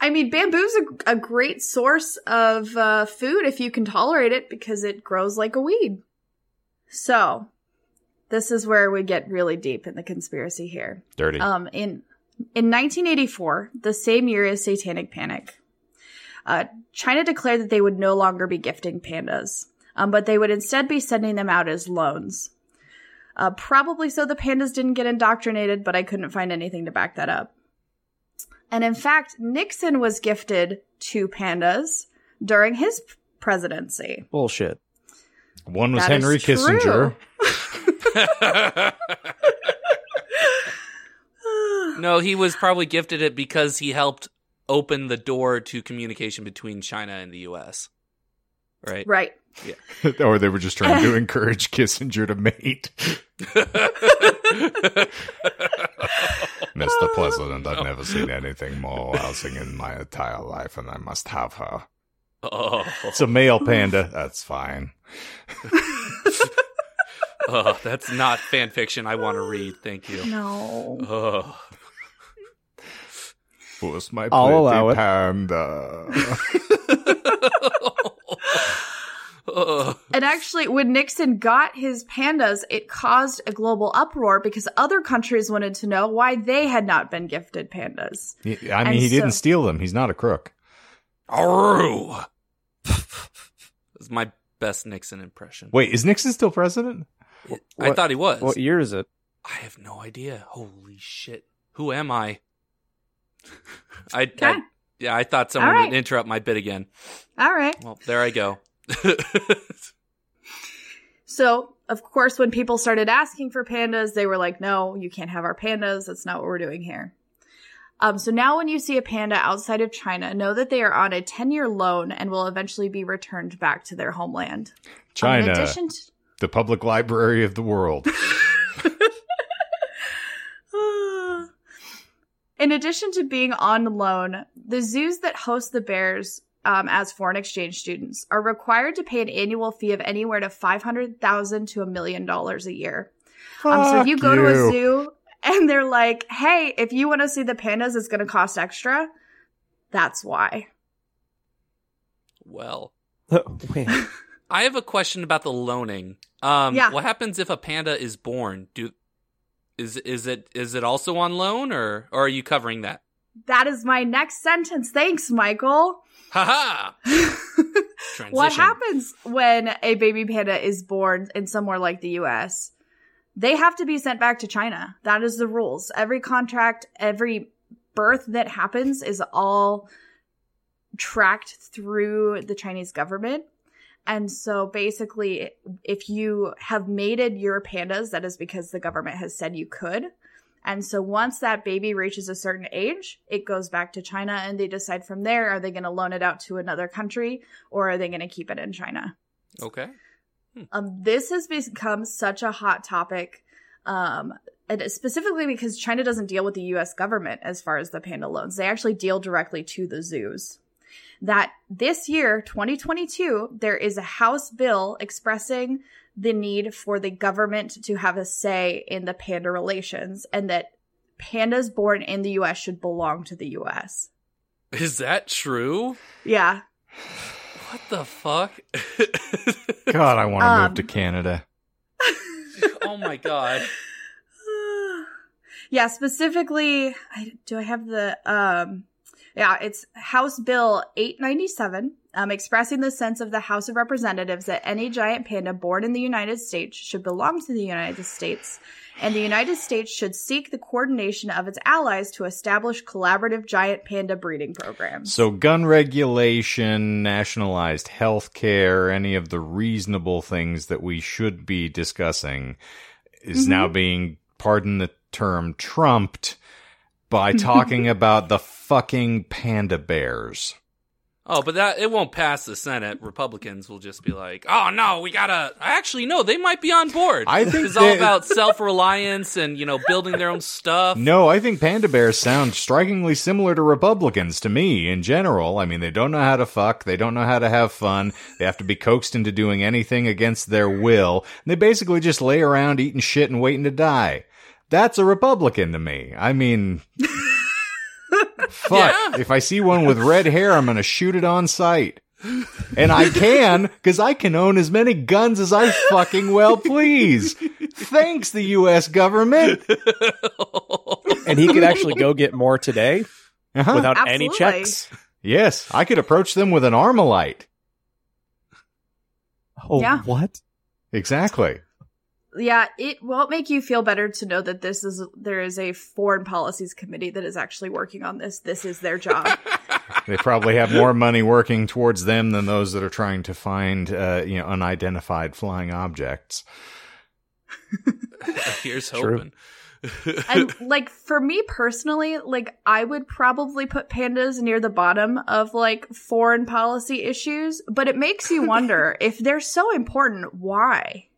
S4: I mean, bamboo's a, a great source of uh, food if you can tolerate it because it grows like a weed. So, this is where we get really deep in the conspiracy here.
S1: Dirty.
S4: Um, in in 1984, the same year as Satanic Panic, uh, China declared that they would no longer be gifting pandas, um, but they would instead be sending them out as loans. Uh, probably so the pandas didn't get indoctrinated, but I couldn't find anything to back that up. And in fact, Nixon was gifted two pandas during his presidency.
S3: Bullshit.
S1: One was
S4: That is
S1: Henry
S4: true.
S1: Kissinger.
S2: no, he was probably gifted it because he helped open the door to communication between China and the U.S. Right?
S4: Right.
S1: or they were just trying to encourage Kissinger to mate.
S4: Oh.
S1: Mr. President, I've never seen anything more rousing in my entire life, and I must have her.
S2: oh,
S1: It's a male panda. That's fine.
S2: oh, that's not fan fiction I want to read. Thank you.
S4: No.
S2: Oh.
S1: Who's my
S3: I'll
S1: pretty
S3: allow it.
S1: panda?
S2: Oh.
S4: And actually, when Nixon got his pandas, it caused a global uproar because other countries wanted to know why they had not been gifted pandas.
S1: He- I mean,
S4: And
S1: he didn't
S4: so-
S1: steal them. He's not a crook.
S2: Aroo. That's my best Nixon impression.
S1: Wait, is Nixon still president?
S2: I
S3: What-
S2: thought he was.
S3: What year is it?
S2: I have no idea. Holy shit. Who am I? I,
S4: Okay.
S2: I yeah, I thought someone
S4: All right.
S2: would interrupt my bit again.
S4: All right.
S2: Well, there I go.
S4: So, of course, when people started asking for pandas, they were like, no, you can't have our pandas. That's not what we're doing here. Um, so now when you see a panda outside of China, know that they are on a 10 year loan and will eventually be returned back to their homeland. Um, in
S1: China,
S4: addition to-
S1: the public library of the world.
S4: In addition to being on loan, the zoos that host the bears um, as foreign exchange students are required to pay an annual fee of anywhere to five hundred thousand to a million dollars a year. Um, so if you
S1: Fuck
S4: go to
S1: you.
S4: a zoo and they're like, "Hey, if you want to see the pandas, it's going to cost extra," that's why.
S2: well,
S3: Wait.
S2: I have a question about the loaning. Um,
S4: Yeah.
S2: What happens if a panda is born? Do is is it is it also on loan or or are you covering that?
S4: That is my next sentence. Thanks, Michael.
S2: Haha. Transition.
S4: What happens when a baby panda is born in somewhere like the US? They have to be sent back to China. That is the rules. Every contract, every birth that happens is all tracked through the Chinese government. And so basically, if you have mated your pandas, that is because the government has said you could. And so once that baby reaches a certain age, it goes back to China and they decide from there are they going to loan it out to another country or are they going to keep it in China?
S2: Okay.
S4: Um, this has become such a hot topic, um, and specifically because China doesn't deal with the US government as far as the panda loans. They actually deal directly to the zoos. That this year, 2022, there is a House bill expressing the need for the government to have a say in the panda relations and that pandas born in the US should belong to the US.
S2: Is that true?
S4: Yeah.
S2: What the fuck?
S1: God, I want to
S4: Um,
S1: move to Canada.
S2: oh my god.
S4: Yeah, specifically, I, do I have the um yeah, it's House Bill 897, um, expressing the sense of the House of Representatives that any giant panda born in the United States should belong to the United States, and the United States should seek the coordination of its allies to establish collaborative giant panda breeding programs.
S1: So, gun regulation, nationalized health care, any of the reasonable things that we should be discussing is
S4: Mhm.
S1: now being, pardon the term, trumped by talking about the fucking panda bears.
S2: Oh, but that it won't pass the Senate. Republicans will just be like, "Oh no, we gotta." Actually, no, they might be on board.
S1: I think
S2: it's all
S1: that-
S2: about self-reliance and you know building their own stuff.
S1: No, I think panda bears sound strikingly similar to Republicans to me in general. I mean, they don't know how to fuck. They don't know how to have fun. They have to be coaxed into doing anything against their will. And they basically just lay around eating shit and waiting to die. That's a Republican to me. I mean, fuck.
S2: Yeah.
S1: If I see one with red hair, I'm going to shoot it on sight. And I can, because I can own as many guns as I fucking well please. Thanks, the U.S. government.
S3: and he could actually go get more today
S1: Uh-huh.
S3: without any
S4: Absolutely.
S3: checks.
S1: Yes, I could approach them with an Armalite.
S3: Oh,
S4: Yeah.
S3: what?
S1: Exactly.
S4: Yeah, it won't make you feel better to know that this is there is a foreign policies committee that is actually working on this. This is their job.
S1: They probably have more money working towards them than those that are trying to find, uh, you know, unidentified flying objects.
S2: Here's
S3: True.
S2: hoping.
S4: and like for me personally, like I would probably put pandas near the bottom of like foreign policy issues, but it makes you wonder if they're so important, why?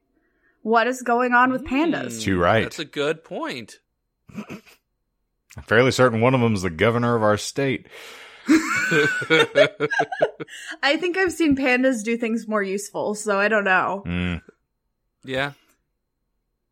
S4: What is going on with pandas?
S2: Mm,
S1: Too right.
S2: That's a good point.
S1: I'm fairly certain one of them is the governor of our state.
S4: I think I've seen pandas do things more useful, so I don't know.
S1: Mm.
S2: yeah.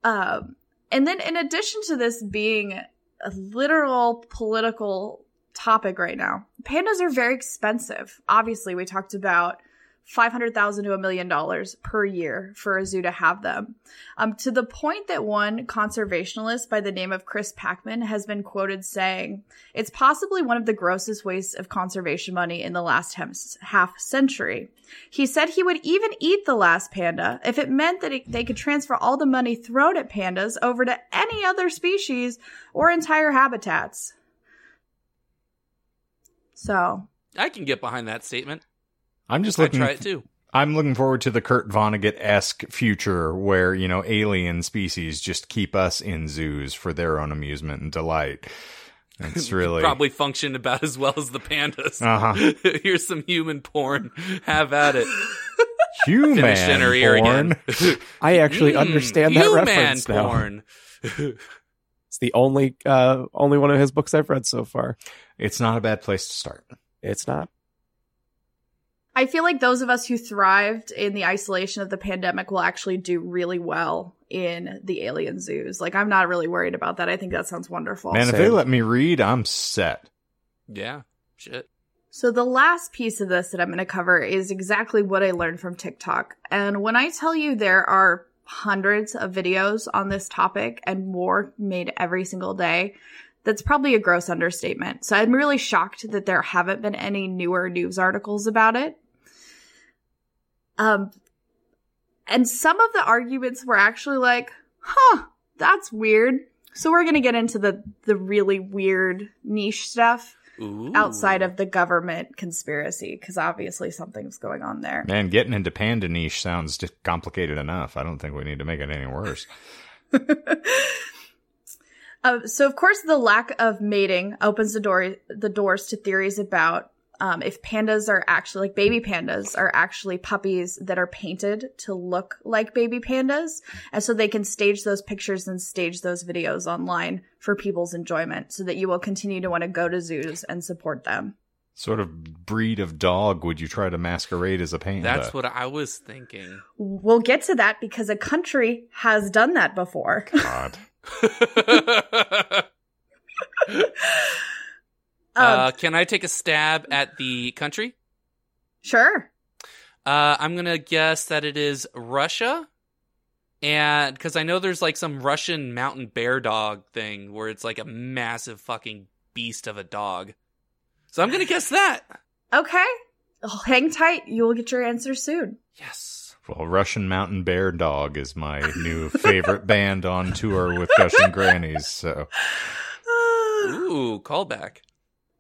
S4: Um, and then, in addition to this being a literal political topic right now, pandas are very expensive. Obviously, we talked about five hundred thousand to a million dollars per year for a zoo to have them, um, to the point that one conservationist by the name of Chris Packman has been quoted saying, "It's possibly one of the grossest wastes of conservation money in the last hem- half century." He said he would even eat the last panda if it meant that it, they could transfer all the money thrown at pandas over to any other species or entire habitats. So,
S2: I can get behind that statement.
S1: I'm just
S2: I
S1: looking.
S2: try it too.
S1: I'm looking forward to the Kurt Vonnegut esque future where you know alien species just keep us in zoos for their own amusement and delight. It's really
S2: Probably function about as well as the pandas.
S1: Uh-huh.
S2: Here's some human porn. Have at it.
S1: human
S2: Finished in her ear
S1: porn.
S2: again.
S3: I actually
S2: Mm,
S3: understand that
S2: human
S3: reference now.
S2: porn.
S3: It's the only uh, only one of his books I've read so far.
S1: It's not a bad place to start.
S3: It's not.
S4: I feel like those of us who thrived in the isolation of the pandemic will actually do really well in the alien zoos. Like, I'm not really worried about that. I think that sounds wonderful.
S1: Man, if
S3: say-
S1: they let me read, I'm set.
S2: Yeah. Shit.
S4: So, the last piece of this that I'm going to cover is exactly what I learned from TikTok. And when I tell you there are hundreds of videos on this topic and more made every single day, that's probably a gross understatement. So, I'm really shocked that there haven't been any newer news articles about it. Um, and some of the arguments were actually like, huh, that's weird. So, we're going to get into the, the really weird niche stuff
S2: Ooh.
S4: outside of the government conspiracy because obviously something's going on there.
S1: Man, getting into panda niche sounds just complicated enough. I don't think we need to make it any worse.
S4: Um, so, of course, the lack of mating opens the door the doors to theories about um, if pandas are actually like baby pandas are actually puppies that are painted to look like baby pandas, and so they can stage those pictures and stage those videos online for people's enjoyment, so that you will continue to want to go to zoos and support them.
S1: sort of breed of dog would you try to masquerade as a panda?
S2: That's what I was thinking.
S4: We'll get to that because a country has done that before.
S1: God.
S4: Um,
S2: uh, can I take a stab at the country?
S4: Sure.
S2: Uh, I'm going to guess that it is Russia and because I know there's like some Russian mountain bear dog thing where it's like a massive fucking beast of a dog. So I'm gonna guess that.
S4: Okay. Oh, hang tight. You will get your answer soon.
S2: Yes.
S1: Well, Russian Mountain Bear Dog is my new favorite band on tour with Gushing Grannies. So
S2: Ooh, callback.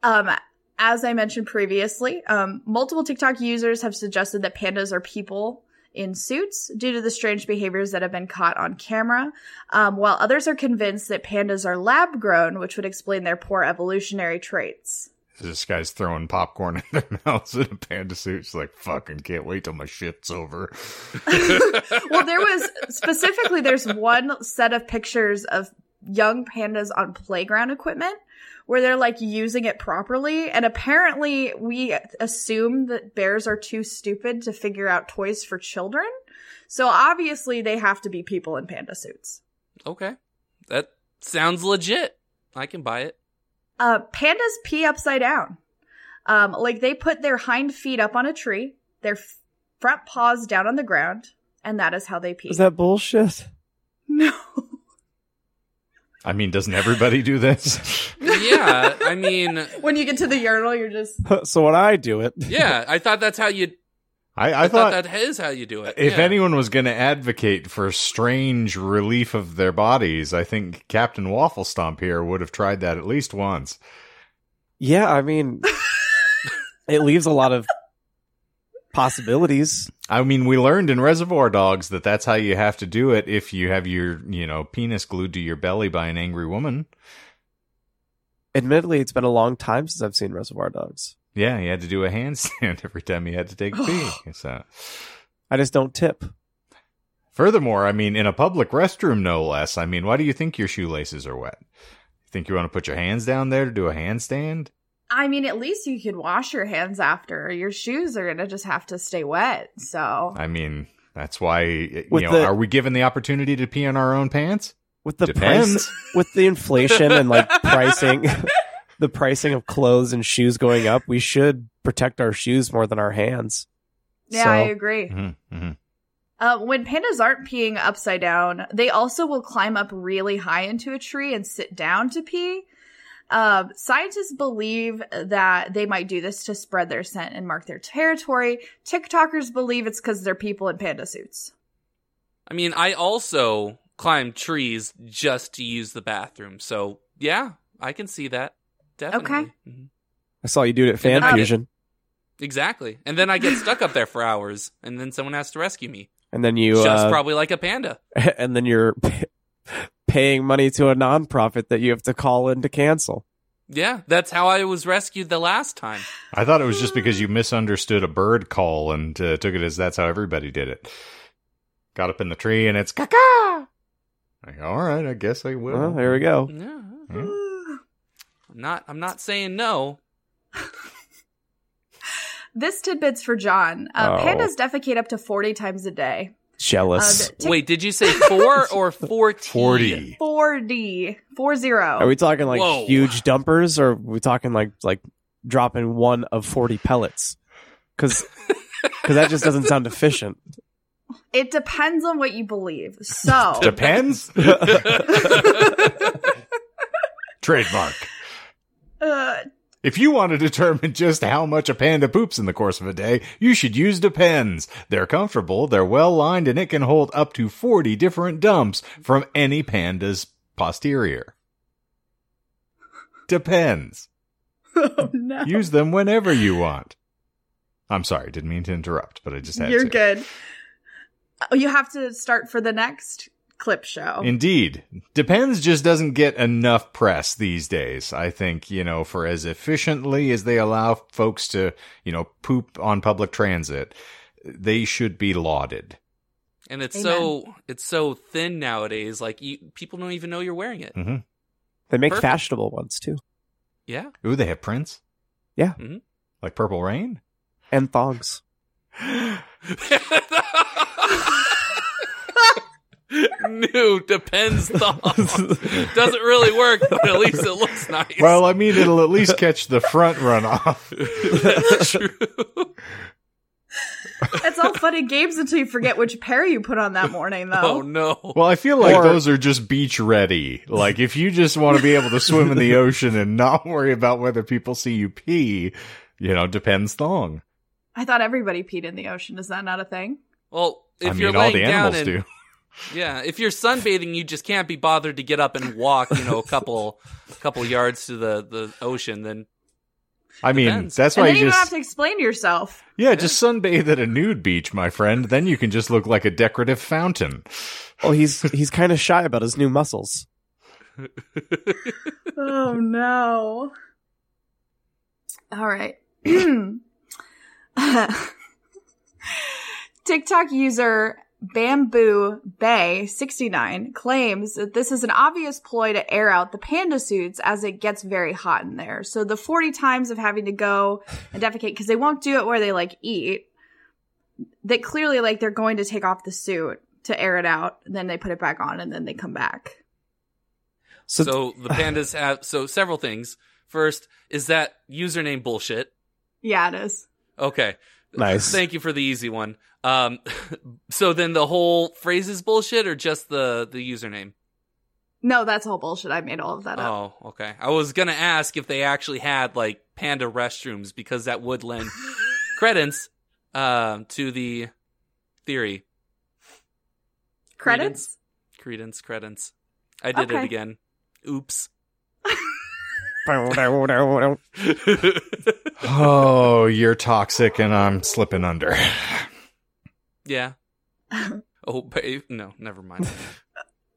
S4: Um, as I mentioned previously, um, multiple TikTok users have suggested that pandas are people in suits due to the strange behaviors that have been caught on camera, um, while others are convinced that pandas are lab grown, which would explain their poor evolutionary traits.
S1: this guy's throwing popcorn in their mouths in a panda suit. She's like, fucking can't wait till my shit's over.
S4: well, there was specifically there's one set of pictures of young pandas on playground equipment where they're like using it properly and apparently we assume that bears are too stupid to figure out toys for children. So obviously they have to be people in panda suits.
S2: Okay, that sounds legit. I can buy it.
S4: Uh, pandas pee upside down. Um, like they put their hind feet up on a tree, their f- front paws down on the ground, and that is how they pee.
S3: Is that bullshit?
S4: no?
S1: I mean, doesn't everybody do this?
S2: Yeah, I mean,
S4: When you get to the urinal, you're just
S3: so when I do it,
S2: yeah, I thought that's how you.
S1: I, I,
S2: I,
S1: thought,
S2: thought, that is how you do it.
S1: if
S2: yeah.
S1: anyone was going to advocate for strange relief of their bodies, I think Captain Waffle Stomp here would have tried that at least once.
S3: yeah, I mean, it leaves a lot of possibilities.
S1: I mean, we learned in Reservoir Dogs that that's how you have to do it if you have your, you know, penis glued to your belly by an angry woman.
S3: Admittedly, it's been a long time since I've seen Reservoir Dogs.
S1: Yeah, he had to do a handstand every time he had to take a pee. So,
S3: I just don't tip.
S1: furthermore, I mean, in a public restroom, no less. I mean, why do you think your shoelaces are wet? Think you want to put your hands down there to do a handstand?
S4: I mean, at least you could wash your hands after. Your shoes are gonna just have to stay wet. So
S1: I mean, that's why you
S3: With
S1: know.
S3: the-
S1: are we given the opportunity to pee on our own pants?
S3: With the
S1: Depends.
S3: price, with the inflation and like pricing, the pricing of clothes and shoes going up, we should protect our shoes more than our hands.
S4: yeah,
S3: So-
S4: I agree.
S1: Mm-hmm, hmm
S4: Uh, when pandas aren't peeing upside down, they also will climb up really high into a tree and sit down to pee. Um, scientists believe that they might do this to spread their scent and mark their territory. TikTokers believe it's because they're people in panda suits.
S2: I mean, I also climb trees just to use the bathroom. So yeah, I can see that. Definitely.
S4: Okay.
S2: Mhm.
S3: I saw you do it at
S2: And
S3: Fan
S2: then-
S3: Fusion,
S2: Exactly. And then I get stuck up there for hours, and then someone has to rescue me.
S3: and then you,
S2: just
S3: uh,
S2: probably like a panda.
S3: and then you're paying money to a nonprofit that you have to call in to cancel.
S2: Yeah, that's how I was rescued the last time.
S1: I thought it was just because you misunderstood a bird call and uh, took it as that's how everybody did it. Got up in the tree and it's caca. Like, all right, I guess I will.
S3: Well, there we go.
S2: Yeah.
S3: Hmm?
S1: Yeah.
S2: I'm not I'm not saying no.
S4: This tidbit's for John. Uh,
S3: Oh.
S4: Pandas defecate up to 40 times a day. Uh,
S3: Jealous.
S4: th-
S2: Wait, did you say 4 or 14?
S1: 40.
S4: 4D. 40.
S3: Are we talking like
S2: Whoa.
S3: huge dumpers, or are we talking like like dropping one of forty pellets? Because that just doesn't sound efficient.
S4: It depends on what you believe. So,
S1: Depends. Trademark.
S4: uh,
S1: If you want to determine just how much a panda poops in the course of a day, you should use Depends. They're comfortable, they're well lined, and it can hold up to 40 different dumps from any panda's posterior. Depends.
S4: oh no.
S1: Use them whenever you want. I'm sorry, didn't mean to interrupt, but I just had
S4: You're
S1: to.
S4: good. Oh, You have to start for the next clip show.
S1: Indeed. Depends just doesn't get enough press these days. I think, you know, for as efficiently as they allow folks to, you know, poop on public transit, they should be lauded.
S2: And it's
S4: Amen.
S2: so it's so thin nowadays like you, people don't even know you're wearing it.
S1: Mm-hmm.
S3: They make
S2: Perfect.
S3: fashionable ones too,
S2: Yeah.
S1: Ooh, they have prints?
S3: Yeah.
S2: Mhm.
S1: Like Purple Rain?
S3: and thongs.
S2: New depends thoughts. Doesn't really work, but at least it looks nice.
S1: Well, I mean, it'll at least catch the front runoff.
S2: that's true.
S4: That's all fun and games until you forget which pair you put on that morning, though.
S2: Oh no.
S1: Well, I feel like
S3: Or-
S1: those are just beach ready. Like if you just want to be able to swim in the ocean and not worry about whether people see you pee, you know, depends thong.
S4: I thought everybody peed in the ocean. Is that not a thing?
S2: Well, if
S1: I
S2: you're
S1: mean, all
S2: laying
S1: the
S2: down
S1: animals
S2: and
S1: do.
S2: yeah, if you're sunbathing, you just can't be bothered to get up and walk, you know, a couple couple yards to the the ocean. Then
S1: I mean,
S2: depends.
S1: that's
S4: and
S1: why
S4: then
S1: you
S4: you don't have
S1: just
S4: to explain yourself.
S1: yeah, just sunbathe at a nude beach, my friend. Then you can just look like a decorative fountain.
S3: Well, Oh, he's he's kind of shy about his new muscles.
S4: oh no. All right. TikTok user Bamboo Bay 69 claims that this is an obvious ploy to air out the panda suits as it gets very hot in there. So the 40 times of having to go and defecate because they won't do it where they like eat. That clearly like they're going to take off the suit to air it out, then they put it back on and then they come back.
S3: So,
S2: so the pandas have so several things. First is that username bullshit.
S4: Yeah, it is.
S2: Okay.
S3: Nice.
S2: Thank you for the easy one. Um, so then the whole phrase is bullshit, or just the the username?
S4: No, that's all bullshit. I made all of that up.
S2: Oh, okay. I was gonna ask if they actually had like panda restrooms because that would lend credence um, to the theory.
S4: Credits?
S2: Credence, credence. I did it
S4: Okay.
S2: again. Oops.
S1: oh, you're toxic, and I'm slipping under.
S2: yeah. Oh, ba- no, never mind.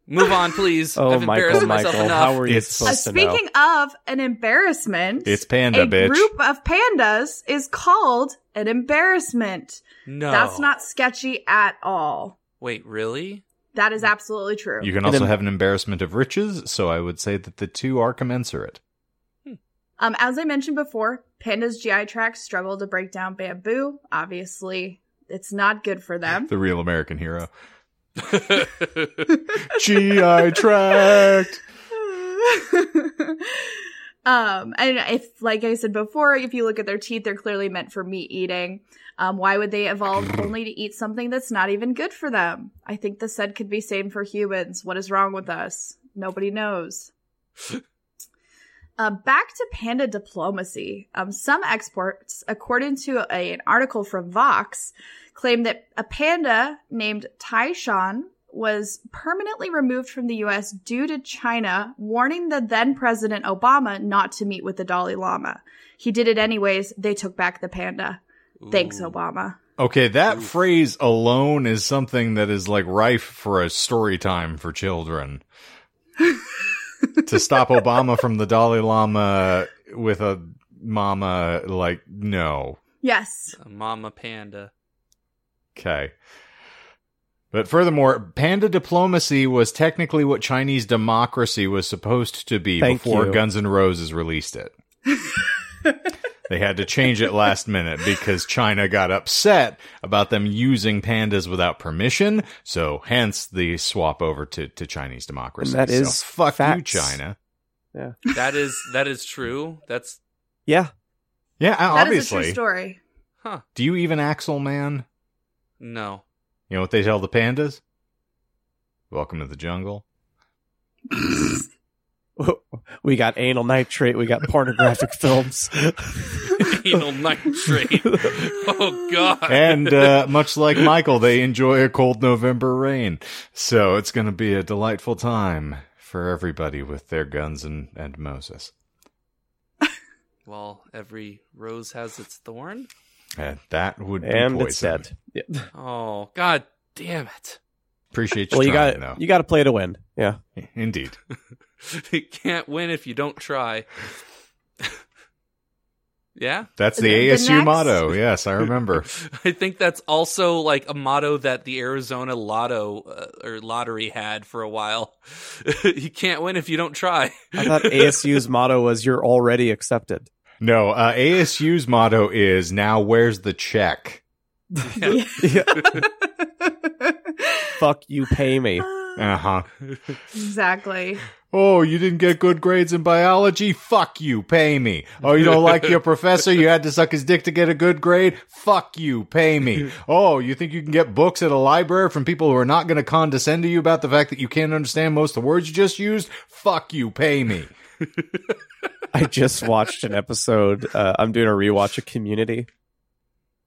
S2: Move on, please.
S3: oh,
S2: I've
S3: Michael,
S2: embarrassed myself
S3: Michael,
S2: enough.
S3: how were you
S1: It's-
S4: Uh,
S3: supposed to know?
S4: speaking of an embarrassment,
S1: It's panda,
S4: a
S1: bitch.
S4: group of pandas is called an embarrassment.
S2: no,
S1: Oh.
S4: That's not sketchy at all.
S2: Wait, really?
S4: That is absolutely true.
S1: You can
S3: And
S1: also
S3: then-
S1: have an embarrassment of riches, so I would say that the two are commensurate.
S4: um, as I mentioned before, pandas' GI tracts struggle to break down bamboo. Obviously, it's not good for them.
S1: The real American hero. GI tract.
S4: um, and if, like I said before, if you look at their teeth, they're clearly meant for meat eating. Um, why would they evolve only to eat something that's not even good for them? I think the said could be same for humans. What is wrong with us? Nobody knows. Uh, back to panda diplomacy. Um, some experts, according to a- an article from Vox, claim that a panda named Taishan was permanently removed from the U.S. due to China warning the then President Obama not to meet with the Dalai Lama. He did it anyways. They took back the panda. Thanks,
S2: Ooh.
S4: Obama.
S1: Okay, that
S2: Oof.
S1: phrase alone is something that is like rife for a story time for children. to stop Obama from the Dalai Lama with a mama, like, no.
S4: Yes.
S2: Mama Panda.
S1: Okay. But furthermore, panda diplomacy was technically what Chinese democracy was supposed to be
S3: Thank
S1: before
S3: you.
S1: Guns N' Roses released it. they had to change it last minute because China got upset about them using pandas without permission. So, hence the swap over to, to Chinese democracy.
S3: that
S1: So,
S3: is
S1: fuck
S3: facts.
S1: you, China.
S2: That is that is true. That's
S3: yeah,
S1: Yeah,
S4: that is a
S1: obviously.
S4: true story.
S2: huh.
S1: Do you even Axel Man?
S2: No.
S1: You know what they tell the pandas? Welcome to the jungle.
S3: we got anal nitrate, we got pornographic films.
S2: Anal nitrate. Oh god.
S1: and uh, much like Michael, they enjoy a cold November rain. So it's going to be a delightful time for everybody with their guns and, and Moses.
S2: well, every rose has its thorn.
S1: And that would be
S3: and
S1: poison.
S3: it's dead. Yeah.
S2: Oh god, damn it!
S1: Appreciate you
S3: Well, you
S1: trying,
S3: got
S1: though.
S3: you got to play to win. Yeah.
S1: Indeed.
S2: you can't win if you don't try. yeah,
S1: That's the,
S4: The- the
S1: ASU
S4: next-
S1: motto. Yes, I remember.
S2: I think that's also like a motto that the Arizona Lotto uh, or lottery had for a while. you can't win if you don't try.
S3: I thought ASU's motto was "You're already accepted."
S1: no, uh, ASU's motto is now where's the check?
S2: Yeah.
S3: Yeah. Fuck you, pay me.
S1: Uh huh.
S4: Exactly.
S1: Oh, you didn't get good grades in biology? Fuck you, pay me. Oh, you don't like your professor? You had to suck his dick to get a good grade? Fuck you, pay me. Oh, you think you can get books at a library from people who are not going to condescend to you about the fact that you can't understand most of the words you just used? Fuck you, pay me.
S3: I just watched an episode. Uh, I'm doing a rewatch of Community.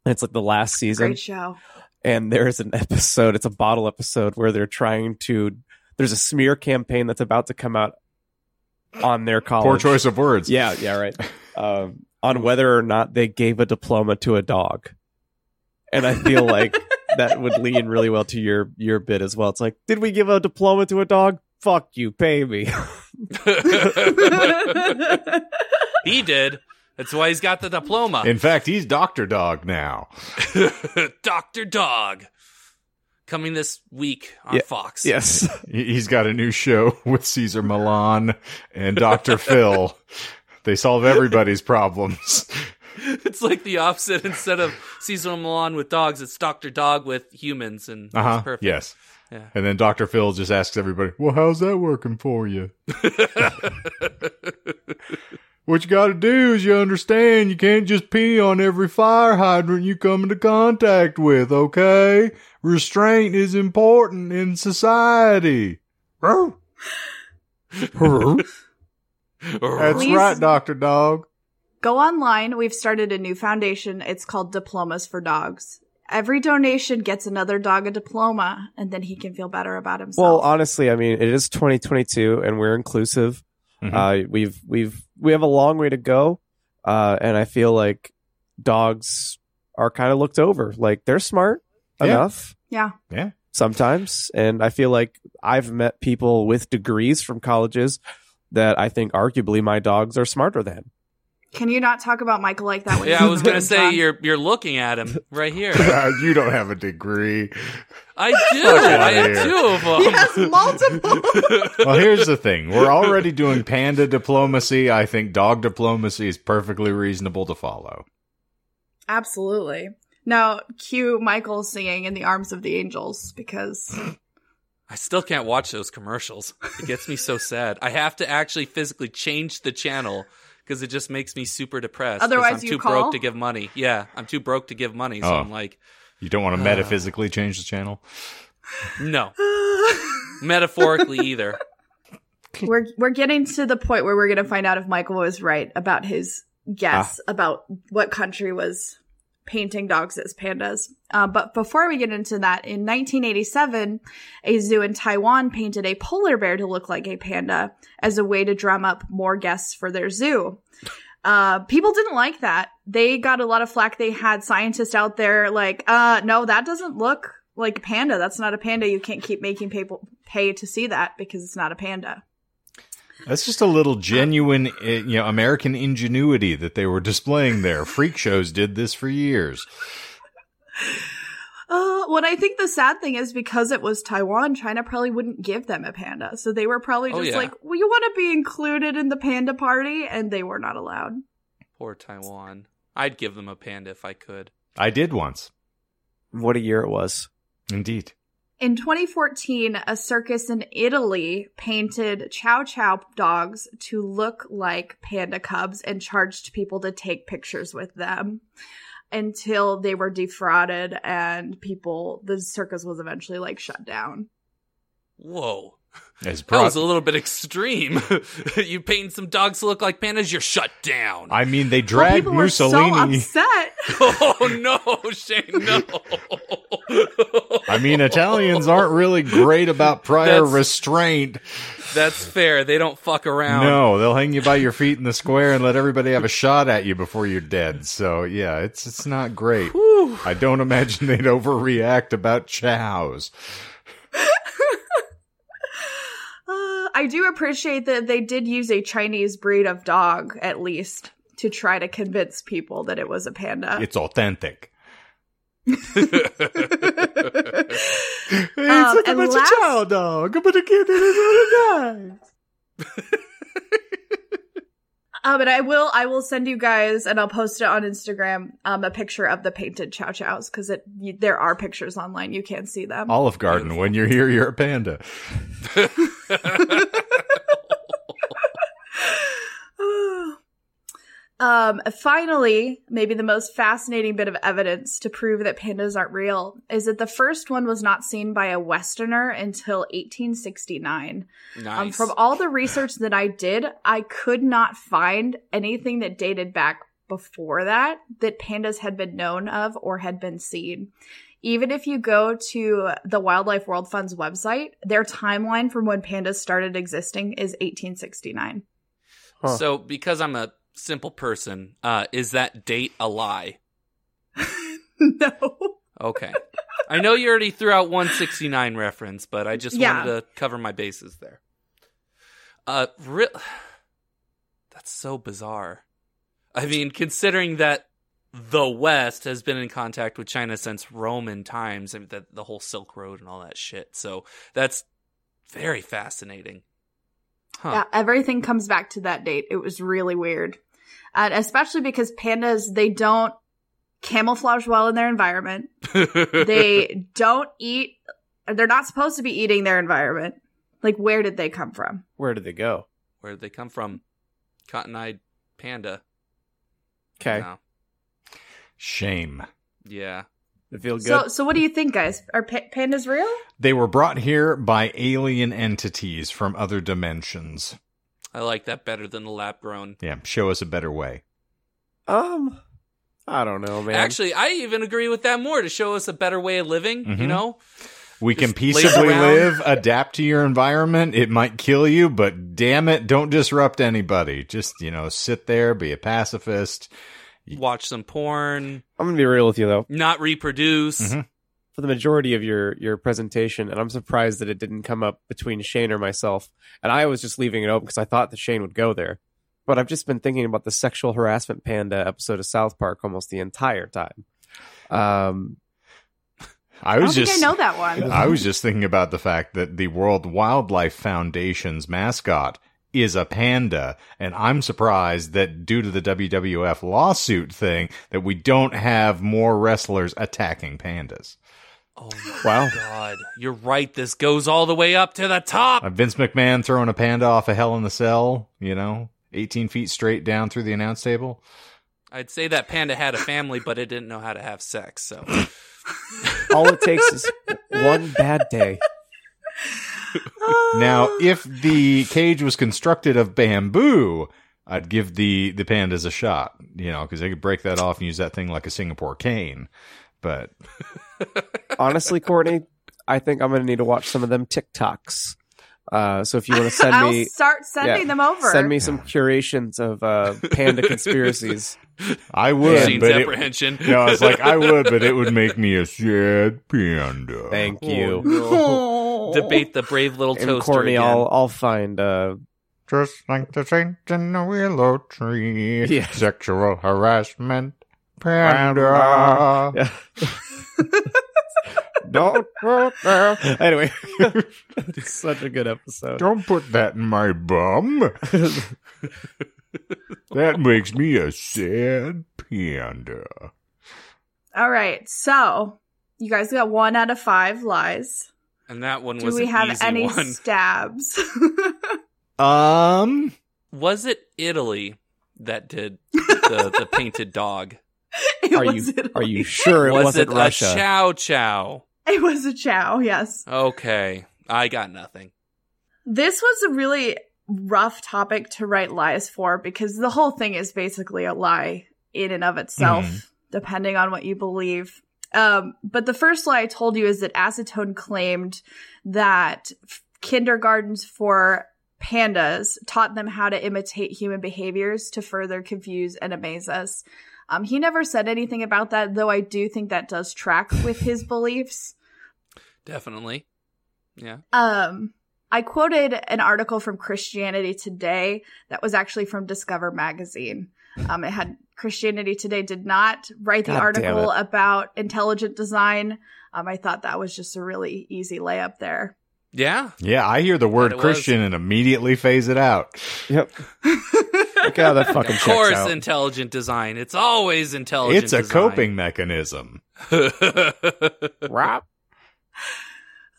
S3: And it's like the last season.
S4: Great show.
S3: and there's an episode it's a bottle episode where they're trying to there's a smear campaign that's about to come out on their college
S1: Poor choice of words.
S3: yeah yeah right um, on whether or not they gave a diploma to a dog and i feel like that would lean really well to your your bit as well it's like did we give a diploma to a dog fuck you pay me
S2: he did. That's why he's got the diploma.
S1: In fact, he's Dr. Dog now.
S2: Dr. Dog. Coming this week on
S3: Yeah.
S2: Fox.
S3: yes
S1: He- He's got a new show with Caesar Milan and Dr. Phil. They solve everybody's problems.
S2: It's like the opposite. Instead of Cesar Milan with dogs, it's Dr. Dog with humans. And it's
S1: Uh huh.
S2: perfect.
S1: Yes.
S2: Yeah.
S1: And then Dr. Phil just asks everybody, Well, how's that working for you? what you got to do is you understand you can't just pee on every fire hydrant you come into contact with, okay? Restraint is important in society. Roar. Roar. That's
S4: Please-
S1: right, Dr. Dog.
S4: Go online. We've started a new foundation. It's called Diplomas for Dogs. Every donation gets another dog a diploma, and then he can feel better about
S3: well
S4: himself.
S3: honestly i mean it is 2022 and we're inclusive Uh, we've we've we have a long way to go, uh, and I feel like dogs are kind of looked over. Like they're smart
S1: Yeah.
S3: enough.
S4: Yeah.
S1: Yeah.
S3: Sometimes, and I feel like I've met people with degrees from colleges that I think arguably my dogs are smarter than.
S4: Can you not talk about Michael like that? When
S2: Yeah, I was gonna
S4: John?
S2: say you're you're looking at him right here.
S1: you don't have a degree.
S2: I do.
S1: outta
S2: I
S1: here.
S2: have two of them.
S4: He has multiple.
S1: Well, here's the thing. We're already doing panda diplomacy. I think dog diplomacy is perfectly reasonable to follow.
S4: Absolutely. Now, cue Michael singing "In the Arms of the Angels" because
S2: I still can't watch those commercials. It gets me so sad. I have to actually physically change the channel because it just makes me super depressed. 'cause
S4: Otherwise
S2: I'm
S4: you
S2: too
S4: call?
S2: broke to give money. Yeah, I'm too broke to give money, so
S1: Oh.
S2: I'm like,
S1: You don't want to metaphysically change the channel.
S2: no, metaphorically either.
S4: we're we're getting to the point where we're going to find out if Michael was right about his guess about what country was painting dogs as pandas. Uh, but before we get into that, in 1987, a zoo in Taiwan painted a polar bear to look like a panda as a way to drum up more guests for their zoo. Uh, people didn't like that. They got a lot of flack. They had scientists out there like, uh, no, that doesn't look like a panda. That's not a panda. You can't keep making people pay to see that because it's not a panda.
S1: That's just a little genuine, eh, you know, American ingenuity that they were displaying there. Freak shows did this for years.
S4: Uh, what I think the sad thing is because it was Taiwan, China probably wouldn't give them a panda. So they were probably
S2: Oh,
S4: just
S2: yeah.
S4: like, we want to be included in the panda party, and they were not allowed.
S2: Poor Taiwan. I'd give them a panda if I could.
S1: I did once,
S3: What a year it was!
S1: indeed.
S4: In 2014, a circus in Italy painted chow chow dogs to look like panda cubs and charged people to take pictures with them until they were defrauded and people, the circus was eventually like shut down.
S2: Whoa.
S1: As
S2: That
S1: bro-
S2: was a little bit extreme. you paint some dogs to look like pandas, you're shut down.
S1: I mean, they
S4: Well,
S1: dragged
S4: people were
S1: Mussolini.
S4: so upset.
S2: oh no, Shane, no.
S1: I mean, Italians aren't really great about prior
S2: That's-
S1: restraint.
S2: That's fair. They don't fuck around.
S1: No, they'll hang you by your feet in the square and let everybody have a shot at you before you're dead. So yeah, it's it's not great. I don't imagine they'd overreact about chows.
S4: Uh, I do appreciate that they did use a Chinese breed of dog, at least, to try to convince people that it was a panda.
S1: It's authentic. It's
S4: Um, like a and bunch of last- chow
S1: dog, but again, it is
S4: Um, and I will, I will send you guys, and I'll post it on Instagram. Um, a picture of the painted chow chows because it you, there are pictures online. You can see them.
S1: Olive Garden, when you're here, you're a panda.
S4: um, finally, maybe the most fascinating bit of evidence to prove that pandas aren't real is that the first one was not seen by a Westerner until 1869.
S2: Nice.
S4: Um, from all the research that I did, I could not find anything that dated back before that that pandas had been known of or had been seen. Even if you go to the Wildlife World Fund's website, their timeline from when pandas started existing is 1869.
S3: Huh.
S2: So, because I'm a simple person, uh, is that date a lie?
S4: no.
S2: Okay. I know you already threw out 169 reference, but I just
S4: Yeah.
S2: wanted to cover my bases there. Uh, re- that's so bizarre. I mean, considering that the West has been in contact with China since Roman times, and that the whole Silk Road and all that shit. So that's very fascinating. Huh.
S4: Yeah, everything comes back to that date. It was really weird. And especially because pandas, they don't camouflage well in their environment. they don't eat, they're not supposed to be eating their environment. Like, where did they come from?
S3: Where did they go?
S2: Where did they come from? Cotton-eyed panda.
S3: Okay.
S2: No.
S1: Shame.
S2: Yeah.
S3: It feel good.
S4: So, so what do you think, guys? Are pa- pandas real?
S1: They were brought here by alien entities from other dimensions.
S2: I like that better than the lab grown.
S1: Yeah, show us a better way.
S3: um, I don't know, man.
S2: Actually, I even agree with that more to show us a better way of living, you
S1: Mhm.
S2: know?
S1: We
S2: Just
S1: can
S2: laze
S1: peaceably
S2: around.
S1: live, adapt to your environment. It might kill you, but damn it, don't disrupt anybody. Just, you know, sit there, be a pacifist.
S2: Watch some porn,
S3: I'm gonna be real with you though.
S2: not reproduce.
S1: Mhm.
S3: for the majority of your your presentation, and I'm surprised that it didn't come up between Shane or myself. And I was just leaving it open because I thought that Shane would go there. But I've just been thinking about the sexual harassment panda episode of South Park almost the entire time. Um,
S1: I
S4: I don't
S1: was
S4: think
S1: just
S4: I know that one.
S1: I was just thinking about the fact that the World Wildlife Foundation's mascot is a panda, and I'm surprised that due to the WWF lawsuit thing that we don't have more wrestlers attacking pandas.
S2: Oh my
S3: Wow.
S2: god. You're right. This goes all the way up to the top.
S1: Uh, Vince McMahon throwing a panda off a hell in the cell, you know, 18 feet straight down through the announce table.
S2: I'd say that panda had a family, but it didn't know how to have sex, so
S3: all it takes is one bad day.
S1: Now, if the cage was constructed of bamboo, I'd give the the pandas a shot, you know, because they could break that off and use that thing like a Singapore cane. But
S3: Honestly, Courtney, I think I'm gonna need to watch some of them TikToks. Uh, so if you want to send
S4: I'll
S3: me,
S4: start sending
S3: yeah,
S4: them over.
S3: send me some curations of uh, panda conspiracies.
S1: I would,
S2: Shane's
S1: but it-
S2: apprehension.
S1: no, I was like, I would, but it would make me a sad panda.
S3: Thank
S2: Oh,
S3: you.
S2: no.
S4: Oh.
S2: Debate the brave little toaster.
S3: And Courtney,
S2: again.
S3: I'll I'll find uh,
S1: Just like the saint in the willow tree.
S3: Yeah.
S1: Sexual harassment.
S3: Panda.
S1: Panda.
S3: Yeah.
S1: Don't put that,
S3: anyway, it's such a good episode.
S1: don't put that in my bum. that makes me a sad panda.
S4: All right. So, you guys got one out of five lies.
S2: and that one
S4: Do
S2: was
S4: we
S2: an
S4: have
S2: easy
S4: any
S2: one.
S4: stabs?
S1: Um,
S2: Was it Italy that did the, the painted dog?
S4: It
S3: Are you
S4: was Italy.
S3: are you sure it
S2: was
S3: wasn't
S2: it
S3: Russia?
S2: a chow chow?
S4: It was a chow, yes.
S2: Okay, I got nothing.
S4: This was a really rough topic to write lies for because the whole thing is basically a lie in and of itself,
S1: Mhm.
S4: depending on what you believe. Um, but the first lie I told you is that acetone claimed that f- kindergartens for pandas taught them how to imitate human behaviors to further confuse and amaze us. Um, he never said anything about that, though I do think that does track with his beliefs.
S2: Definitely. Yeah.
S4: Um, I quoted an article from Christianity Today that was actually from Discover magazine. Um, it had Christianity Today did not write the
S3: God damn
S4: article about intelligent design. Um, I thought that was just a really easy layup there.
S2: Yeah.
S1: Yeah, I hear the word
S2: it was.
S1: Christian and immediately phase it out.
S3: Yep. Look how that fucking
S2: Of
S3: checks
S2: course,
S3: out.
S2: intelligent design. It's always intelligent.
S1: it's a
S2: design.
S1: coping mechanism.
S3: Rop.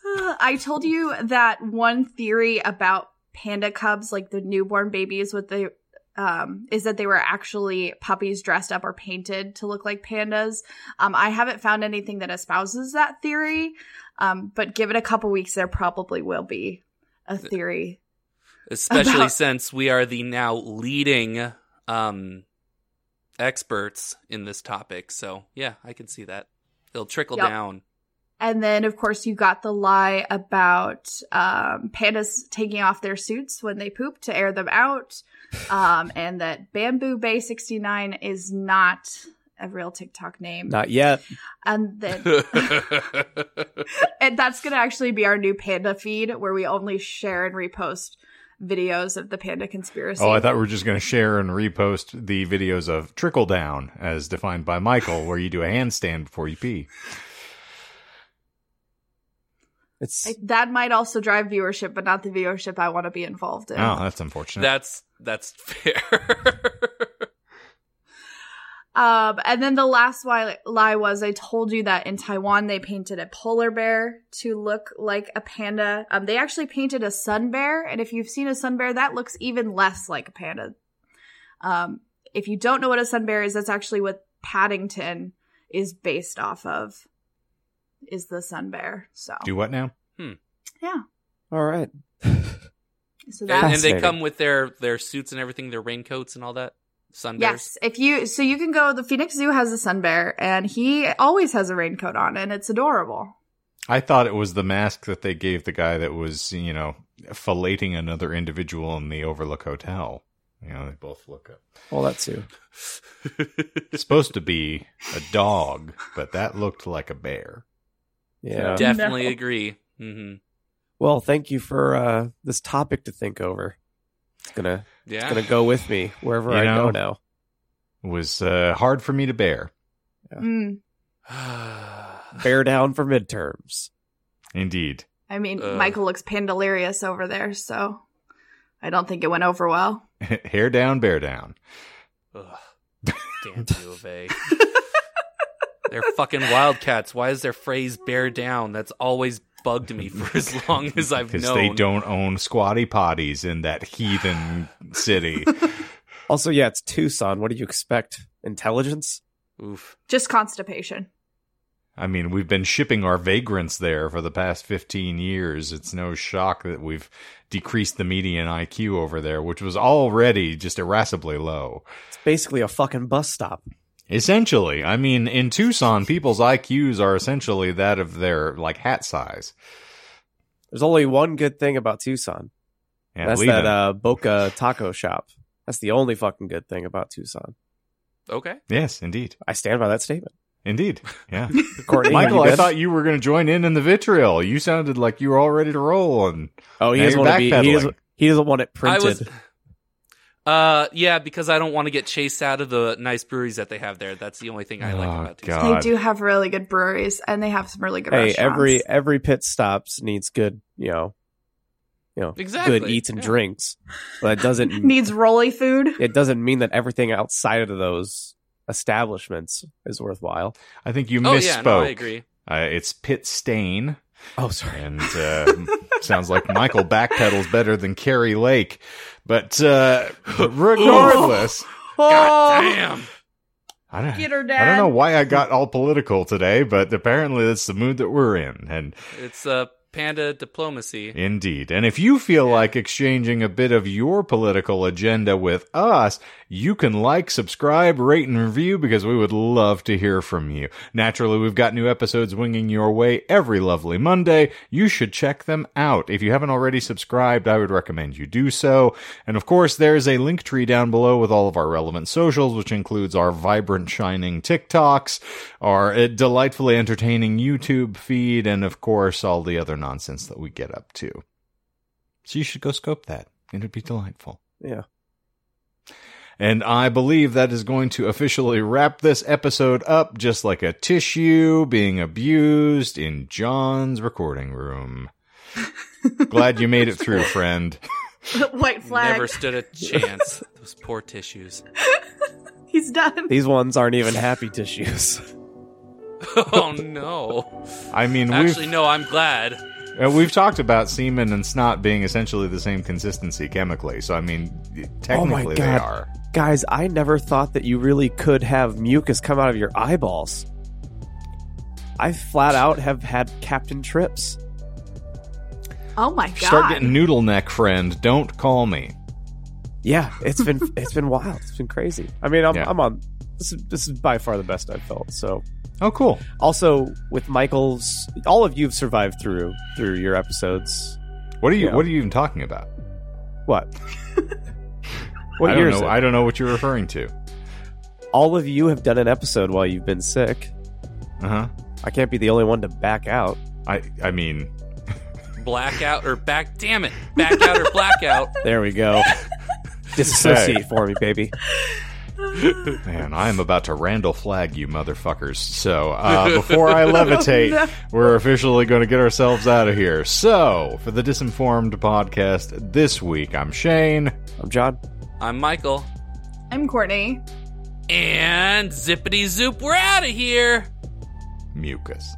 S4: Uh, I told you that one theory about panda cubs, like the newborn babies, what they um, is that they were actually puppies dressed up or painted to look like pandas. Um, I haven't found anything that espouses that theory, um, but give it a couple weeks, there probably will be a theory.
S2: Especially
S4: About-
S2: since we are the now leading um, experts in this topic. So, yeah, I can see that. It'll trickle
S4: Yep.
S2: down.
S4: And then, of course, you got the lie about um, pandas taking off their suits when they poop to air them out, um, and that Bamboo Bay 69 is not a real TikTok name.
S3: Not yet.
S4: and then and that's gonna actually be our new panda feed where we only share and repost videos of the panda conspiracy.
S1: Oh, I thought we were just going to share and repost the videos of trickle down as defined by Michael, where you do a handstand before you pee.
S3: It's
S4: I- that might also drive viewership, but not the viewership I want to be involved in.
S1: Oh, that's unfortunate.
S2: that's that's fair.
S4: Um, and then the last lie, lie was I told you that in Taiwan they painted a polar bear to look like a panda. Um, they actually painted a sun bear, and if you've seen a sun bear, that looks even less like a panda. Um, if you don't know what a sun bear is, that's actually what Paddington is based off of. Is the sun bear? So,
S1: do what now?
S3: all right.
S4: so
S2: and,
S4: that's
S2: and they
S3: Fascinating.
S2: come with their their suits and everything, their raincoats and all that. Sunbears.
S4: Yes, if you so you can go. The Phoenix Zoo has a sun bear, and he always has a raincoat on, and it's adorable.
S1: I thought it was the mask that they gave the guy that was, you know, filleting another individual in the Overlook Hotel. You know, they both look up.
S3: Well, that too.
S1: It's supposed to be a dog, but that looked like a bear.
S3: Yeah.
S2: Definitely
S4: No.
S2: agree. hmm
S3: Well, thank you for uh, this topic to think over. It's gonna
S2: Yeah.
S3: it's gonna go with me wherever
S1: You
S3: I
S1: know?
S3: go now.
S1: It was uh, hard for me to bear.
S3: Yeah.
S4: Mm.
S3: Bear down for midterms.
S1: Indeed.
S4: I mean,
S2: Uh.
S4: Michael looks pandelirious over there, so I don't think it went over well.
S1: Hair down, bear down.
S2: Ugh. Damn U of A. They're fucking wildcats. Why is their phrase "bear down"? That's always bugged me for as long as I've
S1: Because
S2: known.
S1: they don't own squatty potties in that heathen city.
S3: Also, yeah, it's Tucson. What do you expect? Intelligence?
S2: Oof.
S4: Just constipation.
S1: I mean, we've been shipping our vagrants there for the past 15 years. It's no shock that we've decreased the median IQ over there, which was already just irascibly low.
S3: It's basically a fucking bus stop.
S1: Essentially, I mean, in Tucson, people's IQs are essentially that of their like hat size.
S3: There's only one good thing about Tucson.
S1: And
S3: That's
S1: leave
S3: that
S1: it.
S3: uh, Boca Taco Shop. That's the only fucking good thing about Tucson.
S2: Okay.
S1: yes, indeed.
S3: I stand by that statement.
S1: Indeed. Yeah.
S3: Courtney,
S1: Michael,
S3: you
S1: I
S3: good?
S1: thought you were going to join in in the vitriol. You sounded like you were all ready to roll. And
S3: Oh, he
S1: Now
S3: doesn't
S1: you're
S3: want to be. He
S1: backpedaling.
S3: doesn't, he doesn't want it printed.
S2: I was. Uh, yeah, because I don't want to get chased out of the nice breweries that they have there. That's the only thing I like
S1: Oh,
S2: about Tucson.
S1: God.
S4: They do have really good breweries, and they have some really good
S3: hey,
S4: restaurants.
S3: every every pit stops needs good, you know, you know,
S2: Exactly,
S3: good eats and
S2: yeah.
S3: drinks. But that doesn't
S4: needs rolly food.
S3: it doesn't mean that everything outside of those establishments is worthwhile.
S1: I think you
S2: Oh
S1: misspoke.
S2: yeah, no, I agree.
S1: Uh, it's Pit Stain.
S3: Oh, sorry.
S1: and uh, sounds like Michael backpedals better than Carrie Lake. But uh, regardless,
S4: Oh.
S2: God damn.
S1: I don't,
S4: Get her,
S1: I
S4: Dad.
S1: don't know why I got all political today, but apparently that's the mood that we're in. And
S2: It's uh, panda diplomacy.
S1: indeed, and if you feel like exchanging a bit of your political agenda with us, you can like, subscribe, rate, and review because we would love to hear from you. Naturally, we've got new episodes winging your way every lovely Monday. You should check them out. If you haven't already subscribed, I would recommend you do so. And of course, there's a link tree down below with all of our relevant socials, which includes our vibrant, shining TikToks, our uh, delightfully entertaining YouTube feed, and of course, all the other nonsense that we get up to. So you should go scope that. It would be delightful.
S3: Yeah.
S1: And I believe that is going to officially wrap this episode up, just like a tissue being abused in John's recording room. Glad you made it through, friend.
S4: White flag.
S2: Never stood a chance. Those poor tissues.
S4: He's done.
S3: These ones aren't even happy tissues.
S2: Oh no.
S1: I mean,
S2: Actually,
S1: we've
S2: no. I'm glad.
S1: uh, we've talked about semen and snot being essentially the same consistency chemically. So I mean, technically they
S3: Oh God.
S1: are.
S3: Guys, I never thought that you really could have mucus come out of your eyeballs. I flat out have had captain trips.
S4: Oh my god.
S1: Start getting noodle neck, friend. Don't call me.
S3: Yeah, it's been it's been wild. It's been crazy. I mean, I'm,
S1: Yeah.
S3: I'm on. This is, this is by far the best I've felt. So
S1: Oh, cool.
S3: also with Michael's, all of you've survived through through your episodes.
S1: What are you?
S3: Yeah.
S1: What are you even talking about?
S3: What? what
S1: I
S3: year
S1: don't
S3: is
S1: know.
S3: it?
S1: I don't know what you're referring to.
S3: all of you have done an episode while you've been sick.
S1: Uh huh.
S3: I can't be the only one to back out.
S1: I. I mean,
S2: Blackout or back. Damn it. Blackout or blackout.
S3: There we go. Disassociate for me, baby.
S1: Man, I am about to Randall flag you motherfuckers. So, uh, before I levitate, we're officially going to get ourselves out of here. So, for the Disinformed podcast this week, I'm Shane.
S3: I'm John.
S2: I'm Michael.
S4: I'm Courtney.
S2: And zippity zoop. We're out of here.
S1: Mucus.